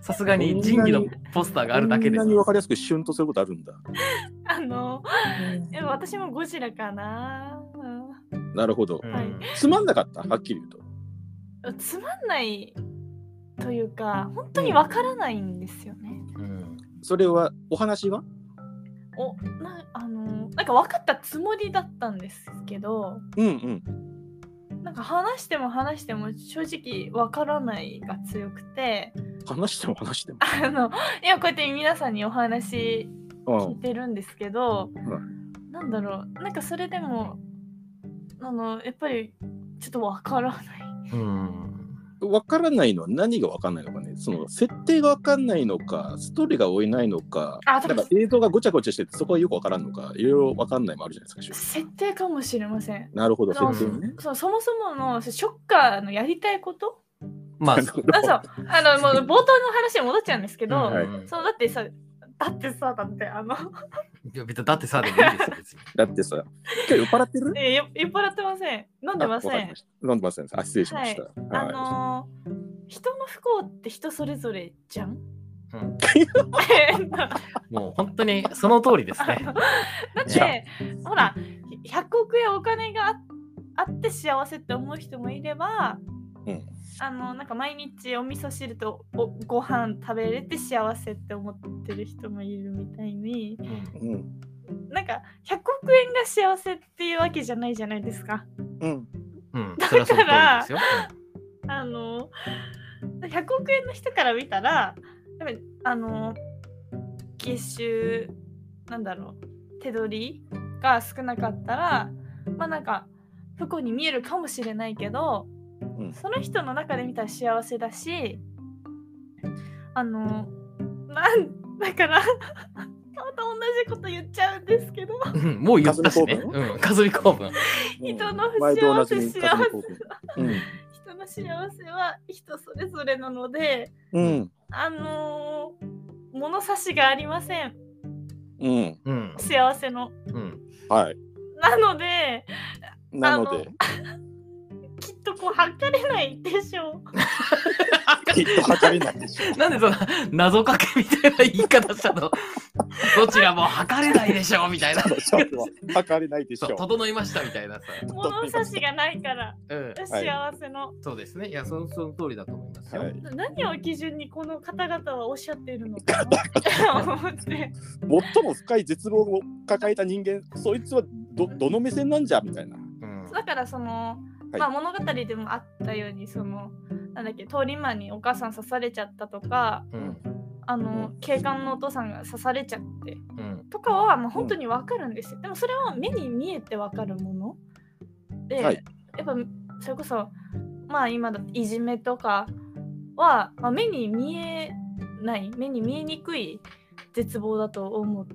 さすがに仁義のポスターがあるだけで
こんなにわかりやすくシュンとすることあるんだ。
あのいや私もゴジラかな、う
なるほど。
はい
うん
つまんなかった、はっきり言うと。
ん、つまんないというか本当にわからないんですよね、
うん
それは、お話は
おなあのなんか分かったつもりだったんですけど
うんうん。
なんか話しても話しても正直分からないが強くて
話しても話しても。
あの今こうやって皆さんにお話
う
聞い
ん。
てるんですけど、
う
なんだろうなんかそれでもあのやっぱりちょっと分からない。
うん
わからないのは何がわかんないのかね。その設定がわかんないのか、ストーリーが追えないのか、
あ
なん
多
か
分
映像がごちゃごちゃしてて、そこはよくわからんのか、いろいろわかんないもあるじゃないですか。
設定かもしれません。
なるほど、
そう
設定ね。
そうそもそものショッカーのやりたいこと
まあ
なるほど
あそうあのもう冒頭の話に戻っちゃうんですけど、
うん
はい
うん
そうだってさだってさだってあの
いや別にだってさでもいいですよ別に
だってさ、今日酔っ払ってる
え酔酔っ払ってません。 飲んでませ
あわかり
ん
ま。した飲んでません。あ、失礼しました。
あ
はい
のー、人の不幸って人それぞれじゃん。
うん
えっとだ
もう本当にその通りです ね
っ
じゃ
てほらひ100億円お金がああって幸せって思う人もいれば、
うん
あのなんか毎日お味噌汁とおご飯食べれて幸せって思ってる人もいるみたいに
うん。
なんか100億円が幸せっていうわけじゃないじゃないですか。
うん。
うんそれはその通りですよ
あの100億円の人から見たらやっぱりあの月収なんだろう手取りが少なかったらまあなんか不幸に見えるかもしれないけど、
うん
その人の中で見たら幸せだしあのなんだから また同じこと言っちゃうんですけど
うんうんもう言ったしね
かすみ公
うんかすみ公文
人の不幸
前と同じ
幸せ
風にこううん。
人の幸せは人それぞれなので。
うん。
あのー、物差しがありません
うん。
うん
幸せの
うん
はい。
なので
なので、
きっとこう測れないでしょう
きっと測れないでしょう。
なんでそんな謎かけみたいな言い方したのどちらも測れないでしょみたいな
測れないでしょ
そう
う。
整いましたみたいなさ
物差しがないから
うん
はい
幸せの、
そうですねいやそのその通りだと思いますよ
はい、
な何を基準にこの方々はおっしゃっているのかな 思って
最も深い絶望を抱えた人間、そいつはどどの目線なんじゃみたいな。
うん
だからその、
はい
まあ、物語でもあったようにそのなんだっけ通り魔にお母さん刺されちゃったとか
うん
あの警官のお父さんが刺されちゃって
うん
とかはまあ本当にわかるんですよ。でもそれは目に見えてわかるもので、
はい
やっぱそれこそまあ今だっていじめとかは、まあ、目に見えない目に見えにくい絶望だと思っ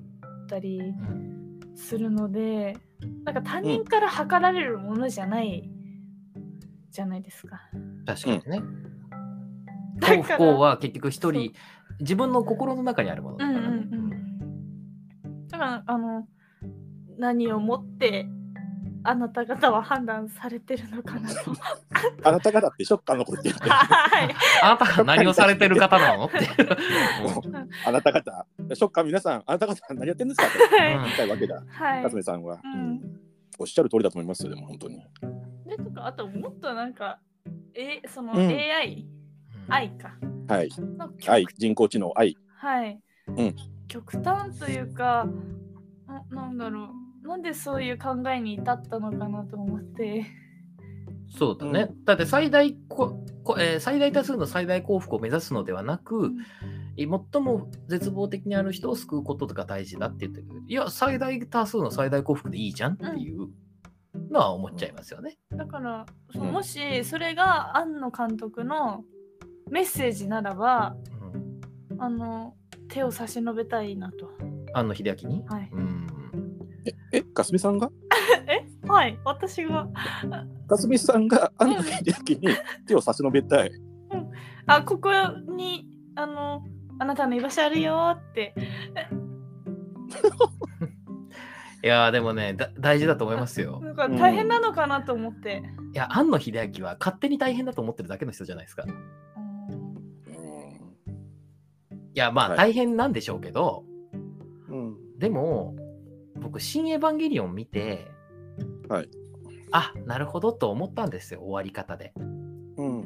たり
うん
するのでなんか他人から測られるものじゃない、じゃないですか。
確かにね
だ
幸不
から
幸は結局一
そう
人自分の心の中にあるものだ
う
か
んうん
らね
う。ん。だからあの何をもってあなた方は判断されてるのかなと。
あなた方ってショッカーのこと言ってる
はい。
あなたが何をされてる方なの って。
あなた方、ショッカー皆さん、あなた方何やってんですかと
はい。
言いたいわけだ、
はい
辰巳さんは、
うん
うんおっしゃる通りだと思いますよ、でも本当に。
でとかあともっとなんかえその
うん
AI、愛か
はい、
の極
愛、人工知能、愛。
はい、
うん
極端というかななんだろうなんでそういう考えに至ったのかなと思って
そうだね。だって最大ここ、えー最大多数の最大幸福を目指すのではなく、えー最も絶望的にある人を救うことが大事だって言ってるけど、いや、最大多数の最大幸福でいいじゃんっていうのは思っちゃいますよね。
だから、そう
うん
もしそれが庵野監督のメッセージならば
うん
あの手を差し伸べたいなと。
庵野秀明に。
はい、
うん。
え、かすみさんが
えはい私が
かすみさんが安野秀明に手を差し伸べたい。
あここにあのあなたの居場所あるよって
いやー、でもねだ、大事だと思いますよ。
なんか大変なのかなと思って。
いや、庵野秀明は勝手に大変だと思ってるだけの人じゃないですか。いや、まあ、
はい
大変なんでしょうけど、
うん。
でも、僕、新エヴァンゲリオン見て、
はい。
あ、なるほどと思ったんですよ、終わり方で。
うん。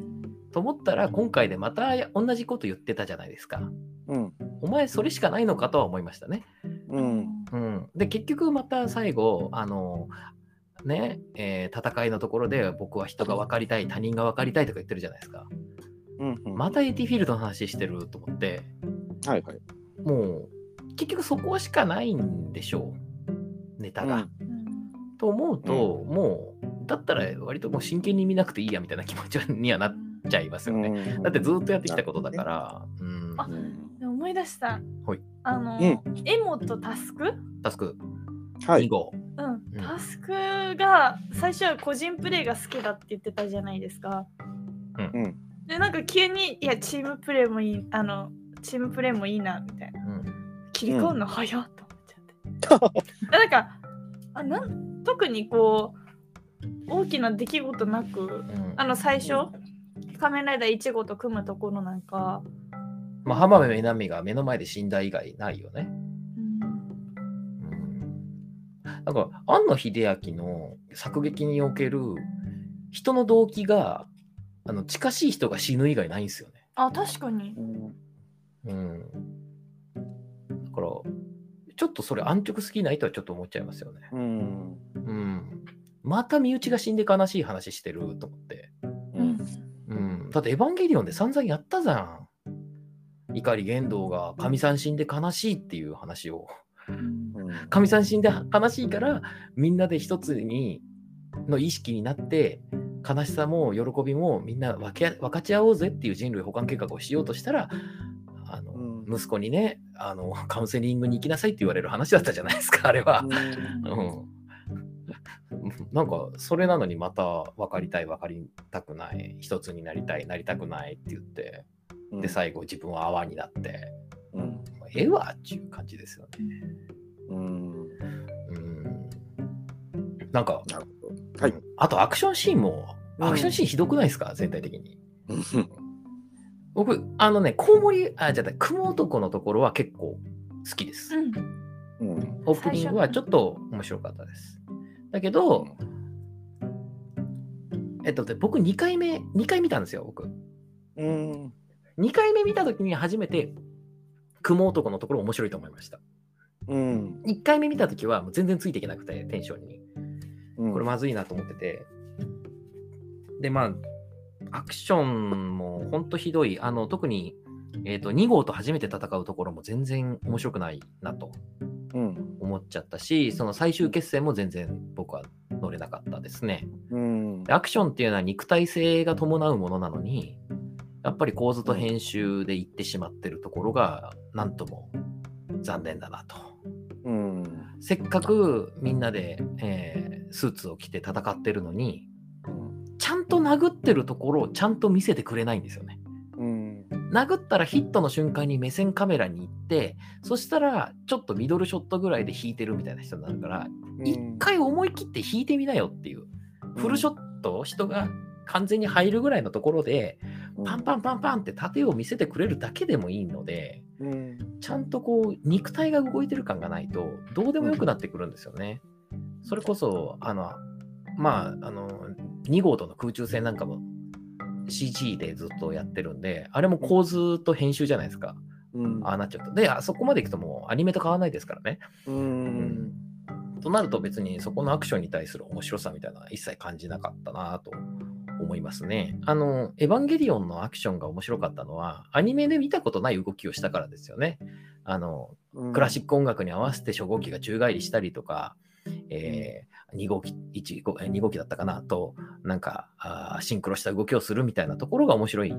と思ったら、今回でまた同じこと言ってたじゃないですか。
うん。
お前、それしかないのかとは思いましたね。
うん。
うん。で、結局、また最後、あの、ね、えー戦いのところで僕は人が分かりたい、他人が分かりたいとか言ってるじゃないですか。
うん。
またエティフィールドの話してると思って、
はいはい。
もう結局そこしかないんでしょうネタが。
うん
と思うと、もうだったら割ともう真剣に見なくていいやみたいな気持ちにはなっちゃいますよね。だってずっとやってきたことだから、うん、
あ
うん
で思い出した。
はい
あの、エモとタスク、
タスク
は
2
い。
号、
うん、タスクが最初は個人プレーが好きだって言ってたじゃないですか。
うん
でなんか急にいやチームプレーもいいあのチームプレーもいいなみたいな
うん
切り込んの早っと思っちゃって。なんかあなん特にこう大きな出来事なく
うん
あの最初仮面ライダー1号と組むところなんか、
まあ、浜辺美波が目の前で死んだ以外ないよね。
うん
うん、なんか庵野秀明の作劇における人の動機があの近しい人が死ぬ以外ないんですよね。
あ確かに。
うん。だから、ちょっとそれ安直すぎないとはちょっと思っちゃいますよね。
うん。
うん。また身内が死んで悲しい話してると思って。
うん。
うん。だってエヴァンゲリオンで散々やったじゃん。怒り言動がかみさん死んで悲しいっていう話を。
うん
かみさん死んで悲しいから、みんなで一つにの意識になって、悲しさも喜びもみんな分け分かち合おうぜっていう人類保管計画をしようとしたら、あの
うん
息子にねあの、カウンセリングに行きなさいって言われる話だったじゃないですか、あれは。うん、なんか、それなのにまた分かりたい、分かりたくない、一つになりたい、なりたくないって言って、で、最後自分は泡になって、
うん。
ええわっていう感じですよね。
うん。
うんなんか、
なるほど。はい
うんあとアクションシーンも、
うん
アクションシーンひどくないですか、全体的に。
うん
僕、あのね、コウモリ、あ、じゃあ、雲男のところは結構好きです。
うん
うん。
オープニングはちょっと面白かったです。だけど、えっと、で僕2回目、2回見たんですよ、僕。
うん。
2回目見たときに初めて、雲男のところ面白いと思いました。
うん。
1回目見たときはもう全然ついていけなくて、テンションに。
うん
これまずいなと思ってて。で、まあ、アクションも本当ひどい。あの、特に、えっ、と、2号と初めて戦うところも全然面白くないなと
うん。
思っちゃったし、その最終決戦も全然僕は乗れなかったですね。
うん
で。アクションっていうのは肉体性が伴うものなのに、やっぱり構図と編集でいってしまってるところが、なんとも残念だなと。
うん。
せっかくみんなで、えースーツを着て戦ってるのに、ちゃんと殴ってるところをちゃんと見せてくれないんですよね。
うん。
殴ったらヒットの瞬間に目線カメラに行って、そしたらちょっとミドルショットぐらいで引いてるみたいな人になるから、一、回思い切って引いてみなよっていう、フルショ
ッ
ット、人が完全に入るぐらいのところで、
ト
パンパンパンパンって盾を見せてくれるだけでもいいので、
うん。
ちゃんとこう肉体が動いてる感がないとどうでもよくなってくるんですよね。それこそあのまああの2号との空中戦なんかも CG でずっとやってるんであれも構図と編集じゃないですか
うん。
ああなっちゃうと。であそこまでいくともうアニメと変わらないですからね。
うん。
となると別にそこのアクションに対する面白さみたいなのは一切感じなかったなと思いますね。あの、エヴァンゲリオンのアクションが面白かったのは、アニメで見たことない動きをしたからですよね。あの、クラシック音楽に合わせて初号機が宙返りしたりとか、えー、2号機、1号えー2号機だったかなと、なんかあーシンクロした動きをするみたいなところが面白い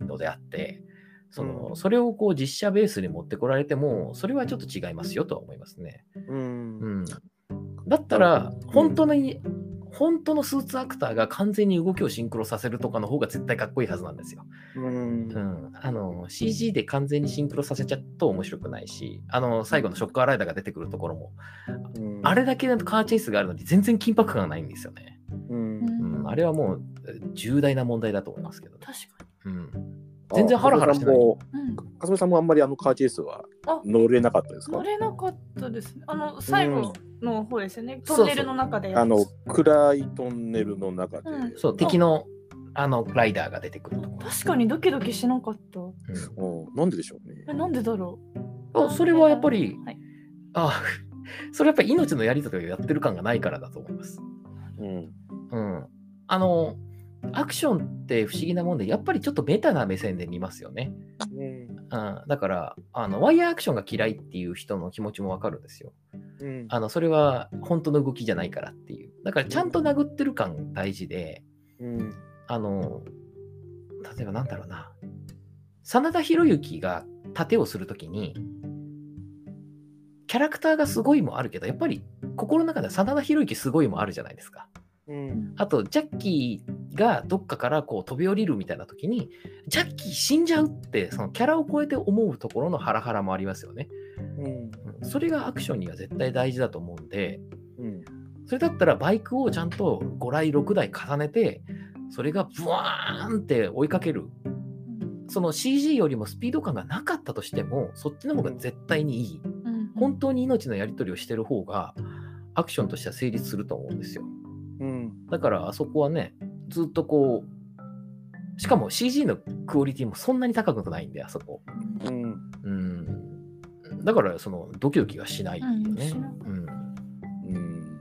のであって、そのそれをこう実写ベースに持ってこられても、それはちょっと違いますよとは思いますね。
うん
うん、だったら、本当に、本当のスーツアクターが完全に動きをシンクロさせるとかの方が絶対かっこいいはずなんですよ。
うん
うん、あの CG で完全にシンクロさせちゃうと面白くないしあの最後のショッカーライダーが出てくるところも
うん
あれだけカーチェイスがあるのに全然緊迫感がないんですよね、
うん
うん、あれはもうえ重大な問題だと思いますけど、ね
確か
うん、全然ハラハラしてない
あか
に、うん、
すみさんもあんまりあのカーチェイスは
あ
乗れなかったですか
乗れなかったですねあの最後の方ですよね、
そ
ト
うそう
ンネルの中でやる
あの暗いトンネルの中で、
うん
そう敵のあのライダーが出てくるところ、
確かにドキドキしなかった
うんなんででしょうね
えなんでだろ
うん
う
あそれはやっぱり
はい
あ それはやっぱり命のやりとりをやってる感がないからだと思います
うん
うん、あのアクションって不思議なもんでやっぱりちょっとベタな目線で見ますよね、
う
う
ん
ん、だからあのワイヤーアクションが嫌いっていう人の気持ちもわかるんですよ
うん
あのそれは本当の動きじゃないからっていうだからちゃんと殴ってる感大事で
うん
あの例えばなんだろうな真田広之が盾をするときにキャラクターがすごいもあるけどやっぱり心の中では真田広之すごいもあるじゃないですか
うん
あと、ジャッキーがどっかからこう飛び降りるみたいな時に、ジャッキー死んじゃうって、そのキャラを超えて思うところのハラハラもありますよね。
うん
うんそれがアクションには絶対大事だと思うんで、
うん
それだったらバイクをちゃんと5台、6台重ねて、それがブワーンって追いかける。
う、うん
その CG よりもスピード感がなかったとしても、そっちの方が絶対にいい。
うん、
本当に命のやり取りをしてる方が、アクションとしては成立すると思うんですよ。
うん
だからあそこはね、ずっとこう、しかも CG のクオリティもそんなに高くないんで、あそこ。
うん
うん。だから、その、ドキドキがしないよ
うん
ね
しな。
うん。
うん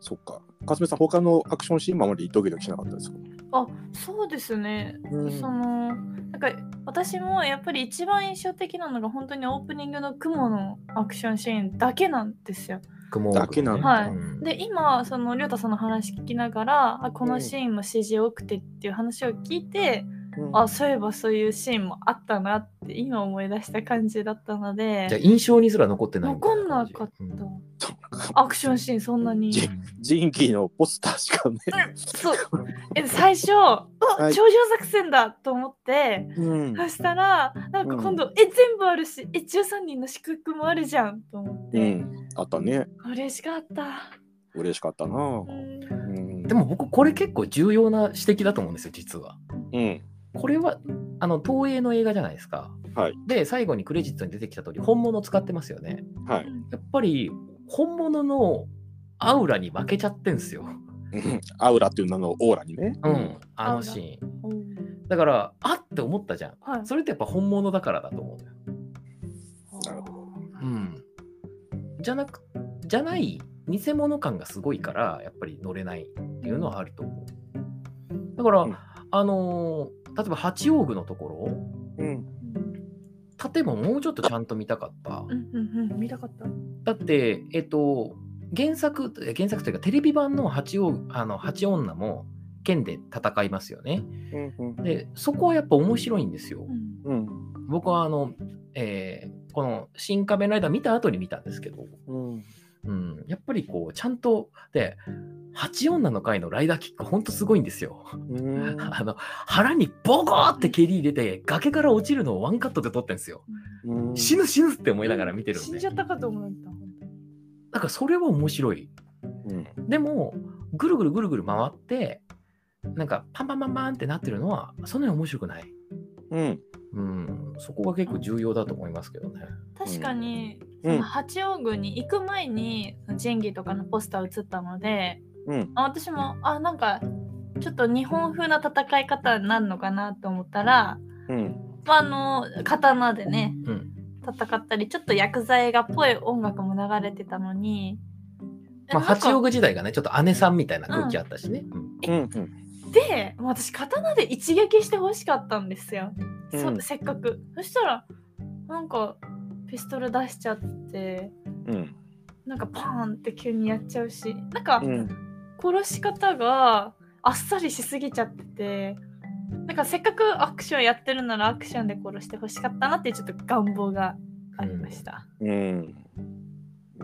そっかかすみさん他のアクションシーンもあまりドキドキしなかったですか
あそうですね、
うん
そのなんか私もやっぱり一番印象的なのが本当にオープニングの雲のアクションシーンだけなんですよ。
雲
だけなんだ
はい
うん
で今その亮太さんの話聞きながらあこのシーンも CG 多くてっていう話を聞いて、あそういえばそういうシーンもあったなって今思い出した感じだったの
じゃあ
で
印象にすら残ってないみた
残
い
んな
感じ
かった、
うん
アクションシーンそんなに
ジジンキーのポスターしかね
そうえ最初うわ
はい
頂上作戦だと思って。
うん
そしたらなんか今度、え全部あるしえ13人の祝福もあるじゃんと思っ
う
て、
んあったね
嬉しかった、
嬉しかったな
うん
うん
でも僕、これ結構重要な指摘だと思うんですよ、実は。
うん
これは、あの、東映の映画じゃないですか。
はい
で、最後にクレジットに出てきた通り、本物を使ってますよね。
はい
やっぱり、本物のアウラに負けちゃってんすよ。
うんアウラっていう名のオーラにね
うん、あ
あ
の
ら
シーン。
うん
だから、あって思ったじゃん。
はい
それってやっぱ本物だからだと思うんだよ。
なるほ
うん。じゃなく、じゃない、偽物感がすごいから、やっぱり乗れないっていうのはあると思う。だから、
うん
あのー例えば八王具のところ、
うん
建物もうちょっとちゃんと見たかった。
うんうんうん見たかった
だって、えっと、原作、え原作というかテレビ版の八王具あの八女も剣で戦いますよね。
うんうん
で、そこはやっぱ面白いんですよ。
うん
うん
僕はあの、えーこの「新仮面ライダー」見た後に見たんですけど、
うん
うん、やっぱりこうちゃんとで8女の回のライダーキックほんとすごいんですよ。
うん
あの腹にボコーって蹴り入れて崖から落ちるのをワンカットで撮ってんですよ。
うん
死ぬ死ぬって思いながら見てる
死ん
んで
じゃったかと思った本当に
だからそれは面白い。
うん
でもぐるぐるぐるぐる回ってなんかパンパンパンパンってなってるのはそんなに面白くない。
うん
うん、そこが結構重要だと思いますけどね。
確かに、
うん
その八王宮に行く前にそのジェンギとかのポスター映ったので
うん
あ私もあなんかちょっと日本風な戦い方になるのかなと思ったら、
うん
まあ、あの刀でね
うん、
戦ったりちょっと薬剤がっぽい音楽も流れてたのに、
まあ、
なんか
八王子時代がね、ちょっと姉さんみたいな空気あったしね。うん
うん
でもう私刀で一撃してほしかったんですよ、そ
うん
せっかくそしたらなんかピストル出しちゃって
うん。
なんかパーンって急にやっちゃうしなんか
うん。
殺し方があっさりしすぎちゃっててなんかせっかくアクションやってるならアクションで殺してほしかったなっていうちょっと願望がありました、
うん。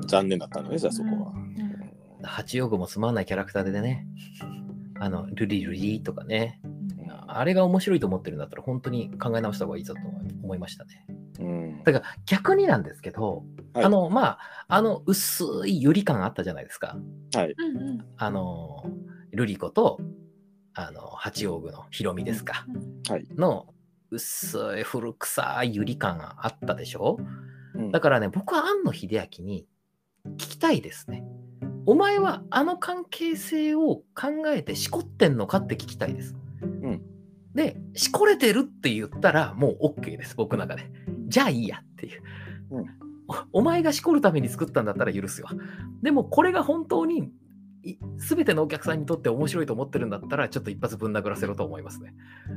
残念だったのね、じゃあそこは。
うん
八王子もつまんないキャラクターでね、 あの、ルリルリとかね、あれが面白いと思ってるんだったら、本当に考え直した方がいいぞと思いましたね。
うん。
だから逆になんですけど、
はい
あの、まあ、あの、薄いより感あったじゃないです
う
か。
んうん
あの、ルリ子と、あの、八王子のヒロミですか。
はい。
の薄い古臭いゆり感があったでしょ
うん
だからね僕は庵野秀明に聞きたいですねお前はあの関係性を考えてしこってんのかって聞きたいです、
ん
でしこれてるって言ったらもう OK です僕の中でじゃあいいやっていう、
うん
おお前がしこるために作ったんだったら許すよでもこれが本当にい全てのお客さんにとって面白いと思ってるんだったらちょっと一発ぶん殴らせろと思いますね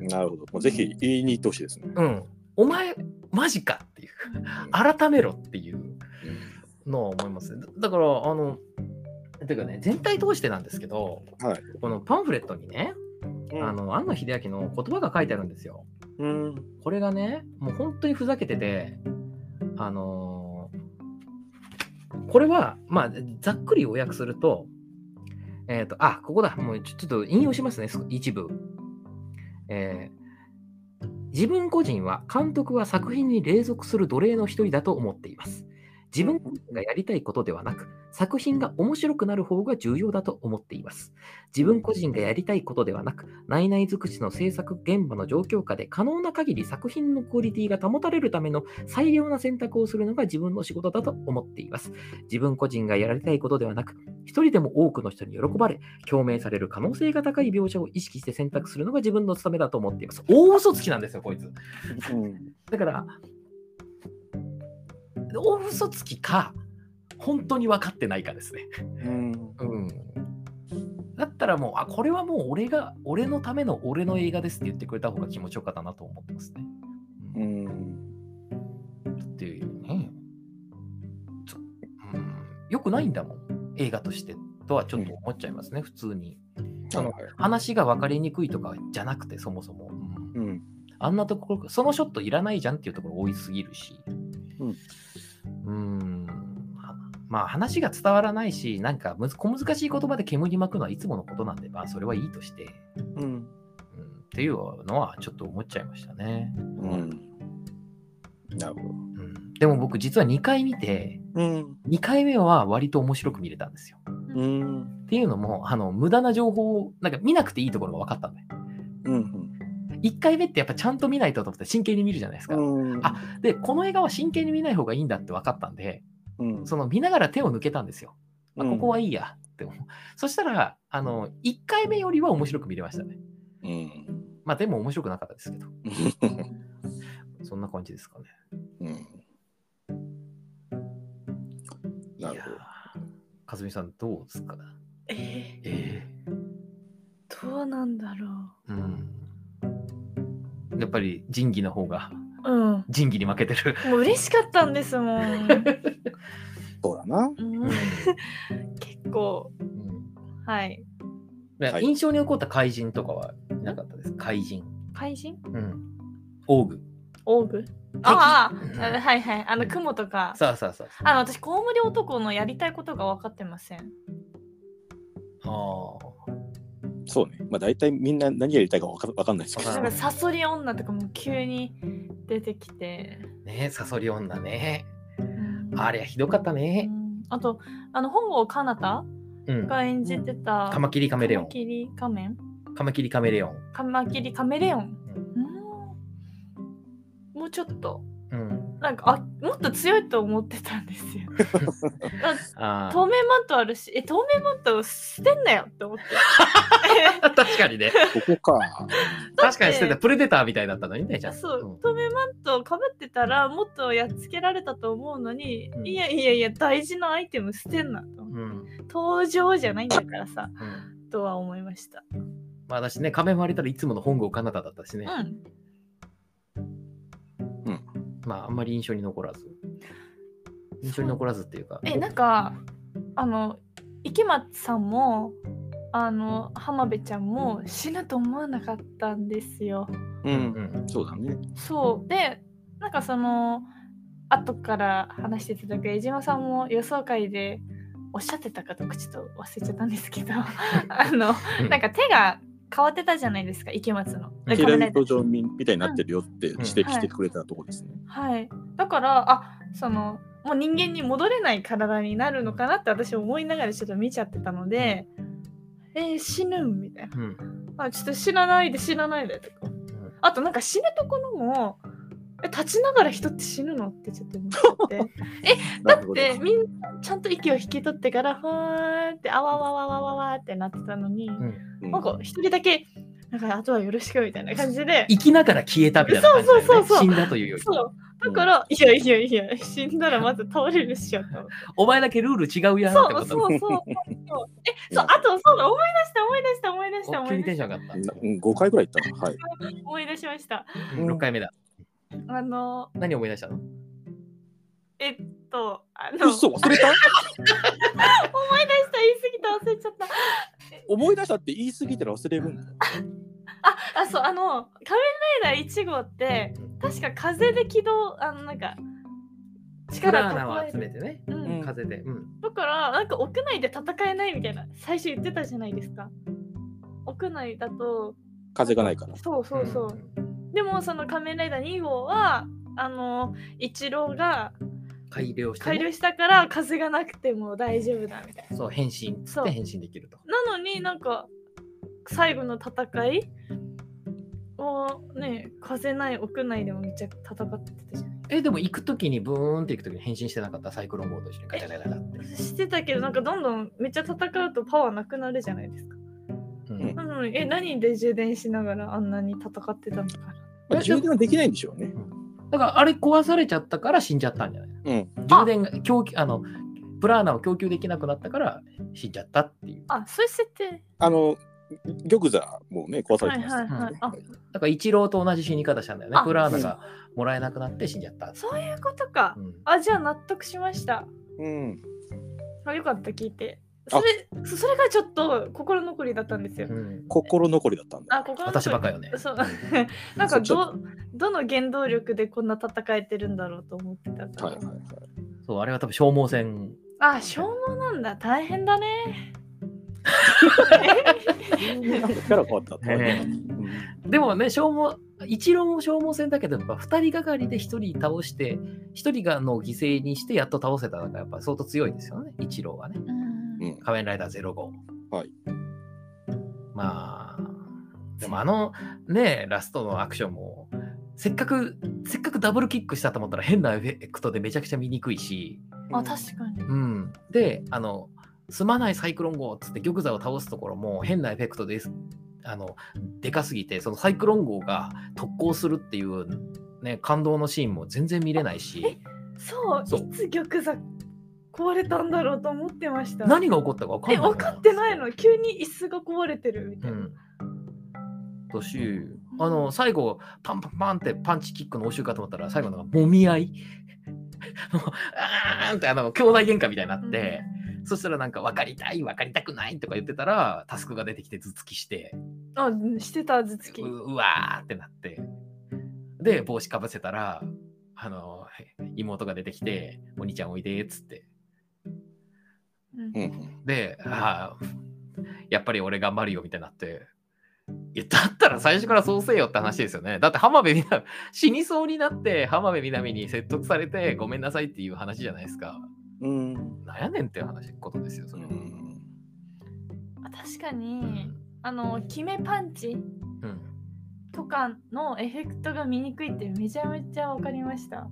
なるほど。もうぜひ言いに行ってほしいですね。
うん、お前マジかっていう改めろっていうのは思いますねだだからあのていうかね全体通してなんですけど
はい。
このパンフレットにね、
うん
あの庵野秀明の言葉が書いてあるんですよ
うん。
これがねもう本当にふざけててあのーこれはまあざっくり要約するとえっ、とあここだもうちょちょっと引用しますねす一部えー自分個人は監督は作品に隷属する奴隷の一人だと思っています。自分個人がやりたいことではなく、作品が面白くなる方が重要だと思っています。自分個人がやりたいことではなく、内々尽くしの制作現場の状況下で可能な限り作品のクオリティが保たれるための最良な選択をするのが自分の仕事だと思っています。自分個人がやられたいことではなく、一人でも多くの人に喜ばれ、共鳴される可能性が高い描写を意識して選択するのが自分の務めだと思っています。大嘘つきなんですよ、こいつ。
うん
だから、大嘘つきか、本当に分かってないかですね。
うん。
うん、だったらもう、あ、これはもう俺が、俺のための俺の映画ですって言ってくれた方が気持ちよかったなと思ってますね。
う
うん
ん。
っていうね。ちょうん、よくないんだもん、映画として。とはちょっと思っちゃいますね、普通に。あの
はいはい
話が分かりにくいとかじゃなくて、そもそも。うん
うん。
あんなところ、そのショットいらないじゃんっていうところ多いすぎるし。うん。はまあ話が伝わらないし、なんかむず小難しい言葉で煙に巻くのはいつものことなんで、まあそれはいいとして、
うん。
うん、っていうのはちょっと思っちゃいましたね。
うん。なるほど。
うん、でも僕実は2回見て、
うん。
2回目は割と面白く見れたんですよ。
うん。
っていうのも、あの、無駄な情報を、なんか見なくていいところが分かったんで。
うん。
1回目ってやっぱちゃんと見ないとと思って真剣に見るじゃないですか。
うん。
あで、この映画は真剣に見ない方がいいんだって分かったんで、
うん。
その見ながら手を抜けたんですよ。あ
うん
ここはいいやって思う。そしたら、あの、1回目よりは面白く見れましたね。
うん。
まあでも面白くなかったですけど、そんな感じですかね。
うん。
いや
なるほど
ーかずみさんどうですか
え
え
ーどうなんだろ
えうん。やっぱり仁義の方が、
ううん
仁義に負けてる。
もう嬉しかったんですもん、
そうだな。
うん結構
うん
はい
ね
はい
印象に残った怪人とかはいなかったです。怪人。
怪人
うん。オーグ。
オーグあ
敵
ああはいはいあの雲とか
さあさあさあ。
あの私コウモリ男のやりたいことが分かってません
ああ。
そうね。まあ大体みんな何やりたいかわかわかんないですけど
わ
な
か
ん
な
か
い
サソリ女とかも急に出てきて、
ねえ、サソリ女ね。
うん
あれはひどかった
う
ね。
んあとあの本郷かなた
うん。
が演じてた
カマキリカメレオン
カマ。キリカメン
カマキリカメレオン。
カマキリカメレオン、うんもうちょっと
うん。
なんかあもっと強いと思ってたんですよ
あ
透明マントあるしえ透明マント捨てんなよっ て思って
あ。 確かにね。
ここか。
確かにしてた。プレデターみたいだったのにね、じゃあ。
そう透明マントをかぶってたらもっとやっつけられたと思うのに、
うん
いやいやいや大事なアイテム捨てんなと
うん。うん。
登場じゃないんだからさとは思いました
まあ私ね、仮面割れたらいつもの本郷カナダだったしね、
うん。
まああんまり印象に残らず。印象に残らずっていうか、
え、なんか、あの、池松さんも、あの、浜辺ちゃんも死ぬと思わなかったんですよ。
う、
うんん、
そうだね。
そうでなんかその後から話してた時江島さんも予想会でおっしゃってたかどうかちょっと忘れちゃったんですけど あの
うん
なんか手が変わってたじゃないですか池松の。
う
仮
ん
テ
面
ラ
ラ
イ
イダ
ト
ー
上民みたいになってるよって指摘してくれたとこですね。
はい、だからあそのもう人間に戻れない体になるのかなって私思いながらちょっと見ちゃってたので「えー死ぬん?」みたいな。
うん、
あちょっと知らないで知らないでとか、
ん
あとなんか死ぬところもえ立ちながら人って死ぬのってちょっと思っちゃって
なるほど
でみんなちゃんと息を引き取ってからふわーってあわわわわわわってなってたのに、
うん
なんか一人だけなんかあとはよろしくみたいな感じで
生きながら消えたみたいな感じだよね
そうそうそうそう
死んだというより
そうだから、いやいやいや死んだらまず倒れるっしょと
お前だけルール違うやんって
そ
こ
う
と
そうそう そうえそ
な
う
る
あとそうだ思い出した思い出した思い出した
お
思
急に
い
テ
出
ン
した
ション上がっ
なうん5回ぐらい行ったの。はい。
思い出しました
た、うん、6回目だ
あの
何思い出したの
えっとあの
嘘忘
思い
れた
出した言い過ぎた忘れちゃった
思い出したって言い過ぎたら忘れるんだ。
ああそうあの「仮面ライダー1号」って確か風で起動あのなんか力
プラー
蓄
ナを
え
集め
る、
てね
う
うん
ん、
風で、うん、
だからなんか屋内で戦えないみたいな最初言ってたじゃないですか屋内だと
風がないから。
そうそうそう、でもその「仮面ライダー2号は」あの一郎が
改良して、ね、
改良したから風がなくても大丈夫だみたい
そう変身っつ
そ
っ
う
て変身できると
ななのになんか最後の戦いをね風ない屋内でもめっちゃ戦ってたじゃん
えでも行く時にブーンって行く時に変身してなかったサイクロンボード一緒にガチャガチャガチャって、
してたけどなんかどんどんめっちゃ戦うとパワーなくなるじゃないですか。
うん
なのにえ何で充電しながらあんなに戦ってたのかな。
まあ
えでも
充電はできないんでしょうね。
だからあれ壊されちゃったから死んじゃったんじゃない
うん。
充電が供給あのプラーナを供給できなくなったから死んじゃったっていう
あそういう設定。
あの、玉座もね、壊され
は
て
い
ました
はい
ね。
はい。あ
だから一郎と同じ死に方したんだよね
あ
プラーナがもらえなくなって死んじゃったって
そういうことか
う。ん
あじゃあ納得しました。
うん。
あよかった聞いて。
あ
それそそれがちょっと心残りだったんですよ。
うん
心残りだったんだ。
あ心残り
私ばっかよね
そうなんか
そうちょ
どどの原動力でこんな戦えてるんだろうと思ってたから。
はいはいはい。
そうあれは多分消耗戦
あ消耗なんだ大変だね。
なんかキャラ変わったとかね。うん
でもね消耗一郎も消耗戦だけどやっぱ2人がかりで1人倒して1人がのを犠牲にしてやっと倒せただからやっぱ相当強いですよね一郎はね
うん
うん
仮面ライダー05
はい
まあでもあのねラストのアクションもせっかくせっかくダブルキックしたと思ったら変なエフェクトでめちゃくちゃ見にくいし
あ確かに。
うん、であの「すまないサイクロン号」っつって玉座を倒すところも変なエフェクトですあのでかすぎてそのサイクロン号が特攻するっていう、ね、感動のシーンも全然見れないし
そう
そう
いつ玉座壊れたんだろうと思ってました
何が起こったか分かん
え
ない
分かってないの急に椅子が壊れてるみ
う
たいな、
んだしあの最後パンパンパンってパンチキックの応酬かと思ったら最後なんかもみ合い もうあーんってあの兄弟喧嘩みたいになって、そしたらなんか分かりたい分かりたくないとか言ってたらタスクが出てきて頭突きして
あうんしてた頭突き
ううわーってなってで帽子かぶせたらあの妹が出てきて「お兄ちゃんおいで」っつって
うん
うん
で「あーやっぱり俺頑張るよ」みたいになって。いやだったら最初からそうせよって話ですよね。だって浜辺美波死にそうになって浜辺美波に説得されてごめんなさいっていう話じゃないですか。
うん。
なんやねんっていう話ことですよ。それ
うん
あ確か
う
に
ん
あの決めパンチ
うん
とかのエフェクトが見にくいってめちゃめちゃ分かりました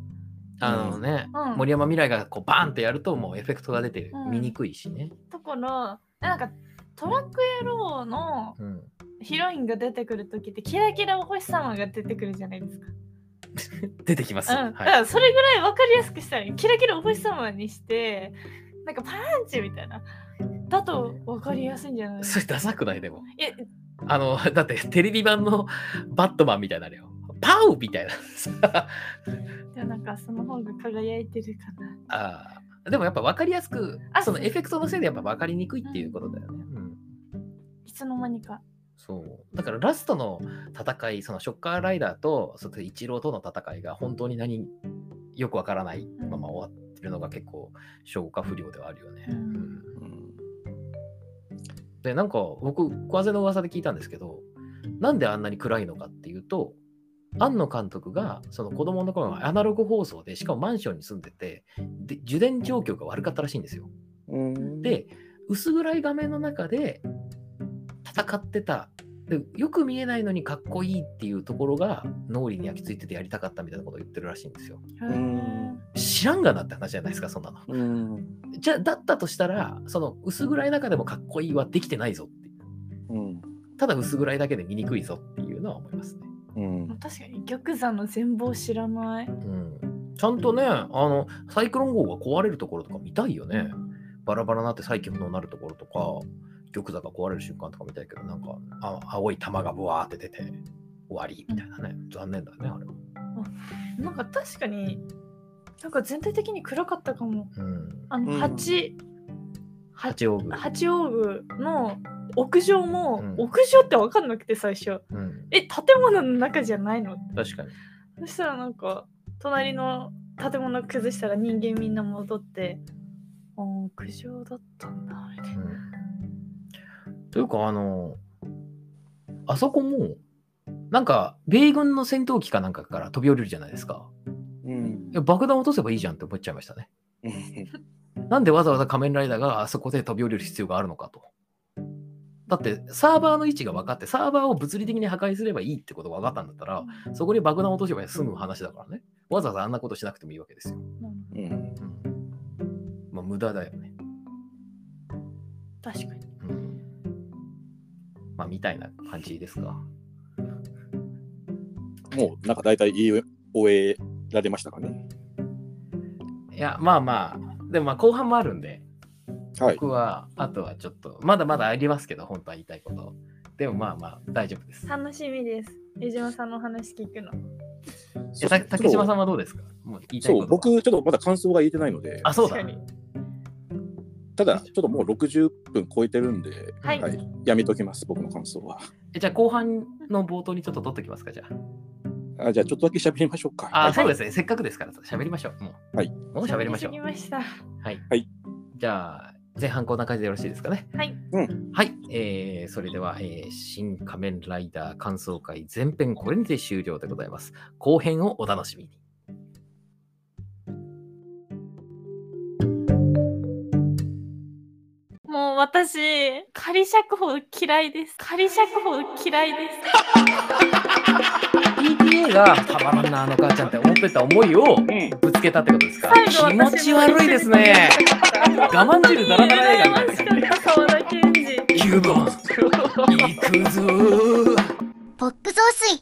あのね、
うん
森山未来がこうバーンってやるともうエフェクトが出て見にくいしね。
ところえなんかトラック野郎の
うん、
ヒロインが出てくる時ってキラキラお星様が出てくるじゃないですか
出てきます。
うん、だからそれぐらい分かりやすくしたらいいキラキラお星様にしてなんかパンチみたいなだと分かりやすいんじゃない
それダサくないでも
いや
あの、だってテレビ版のバットマンみたいなあれよ。パウみたいな さ。
でもなんかその方が輝いてるかな。
あーでもやっぱ分かりやすく
あ、
そのエフェクトのせいでやっぱ分かりにくいっていうことだよね。うん
いつの間にか。
そうだからラストの戦い、そのショッカーライダーとそしてイチローとの戦いが本当に何よくわからないまま終わってるのが結構消化不良ではあるよね。
うん
うん
うん
でなんか僕風の噂で聞いたんですけどなんであんなに暗いのかっていうと庵野監督がその子供の頃のアナログ放送でしかもマンションに住んでてで受電状況が悪かったらしいんですよ。
うん、
で薄暗い画面の中で戦ってたでよく見えないのにかっこいいっていうところが脳裏に焼き付いててやりたかったみたいなことを言ってるらしいんですよ。
ん
知らんがなって話じゃないですかそんなの。
うん
じゃあだったとしたらその薄暗い中でもかっこいいはできてないぞっていう
うん
ただ薄暗いだけで見にくいぞっていうのは思いますね。
うん
確かに玉座の全貌知らない。
うん、ちゃんとねあのサイクロン号が壊れるところとか見たいよね。バラバラになって再起不能になるところとか玉座が壊れる瞬間とか見たいけどなんかあ青い玉がブワーって出て終わりみたいなね残念だねあれは。
なんか確かに、なんか全体的に暗かったかも。
うん、
あ
う
の、
ん
八、八
八王宮、
八王宮の屋上も、
うん
屋上って分かんなくて最初。
うん、
え、建物の中じゃないの
確かに。
そしたらなんか、隣の建物崩したら人間みんな戻って、あー屋上だったんだ、みたいな。
うんというかあのあそこもなんか米軍の戦闘機かなんかから飛び降りるじゃないですか
うん
いや爆弾落とせばいいじゃんって思っちゃいましたねなんでわざわざ仮面ライダーがあそこで飛び降りる必要があるのかとだってサーバーの位置が分かってサーバーを物理的に破壊すればいいってことが分かったんだったらそこで爆弾落とせば済む話だからねわざわざあんなことしなくてもいいわけですよ、
うん
うん
うん、まあ無駄だよね
確かに。
うんまあ、みたいな感じですか。
もうなんか大体言い終えられましたかね。
いや、まあまあ、でもまあ後半もあるんで、
はい。
僕は、あとはちょっと、まだまだありますけど、本当は言いたいこと。でもまあまあ、大丈夫です。
楽しみです。江島さんのお話聞くの。
えた竹島さんはどうですかもう言いたい
そ
こと
う
は
僕ちょっとまだ感想が言えてないので
あ、そうだ
確。かに
ただちょっともう60分超えてるんで、
はい
やめときます僕の感想は
えじゃあ後半の冒頭にちょっと取っときますか、じゃ
あじゃあちょっとだけ喋りましょうか
あ。あ、そうですすね。せっかくですから、喋りましょう。もう。
はい
もう喋りましょう
喋。りすぎまし
はい。
はい
じゃあ、前半こんな感じでよろしいですかね。
た。はい。
はい、えーそれでは、えー新仮面ライダー感想会前編これにて終了でございます。後編をお楽しみに。
もう私、仮釈放嫌いです。仮釈放嫌いです。
PTA がたまらんなあの母ちゃんって思ってた思いをぶつけたってことですか
最後
気持ち悪いですね。我慢汁だらだら映画みたいな。
沢田研二。
9番、行くぞー。
ポップ増水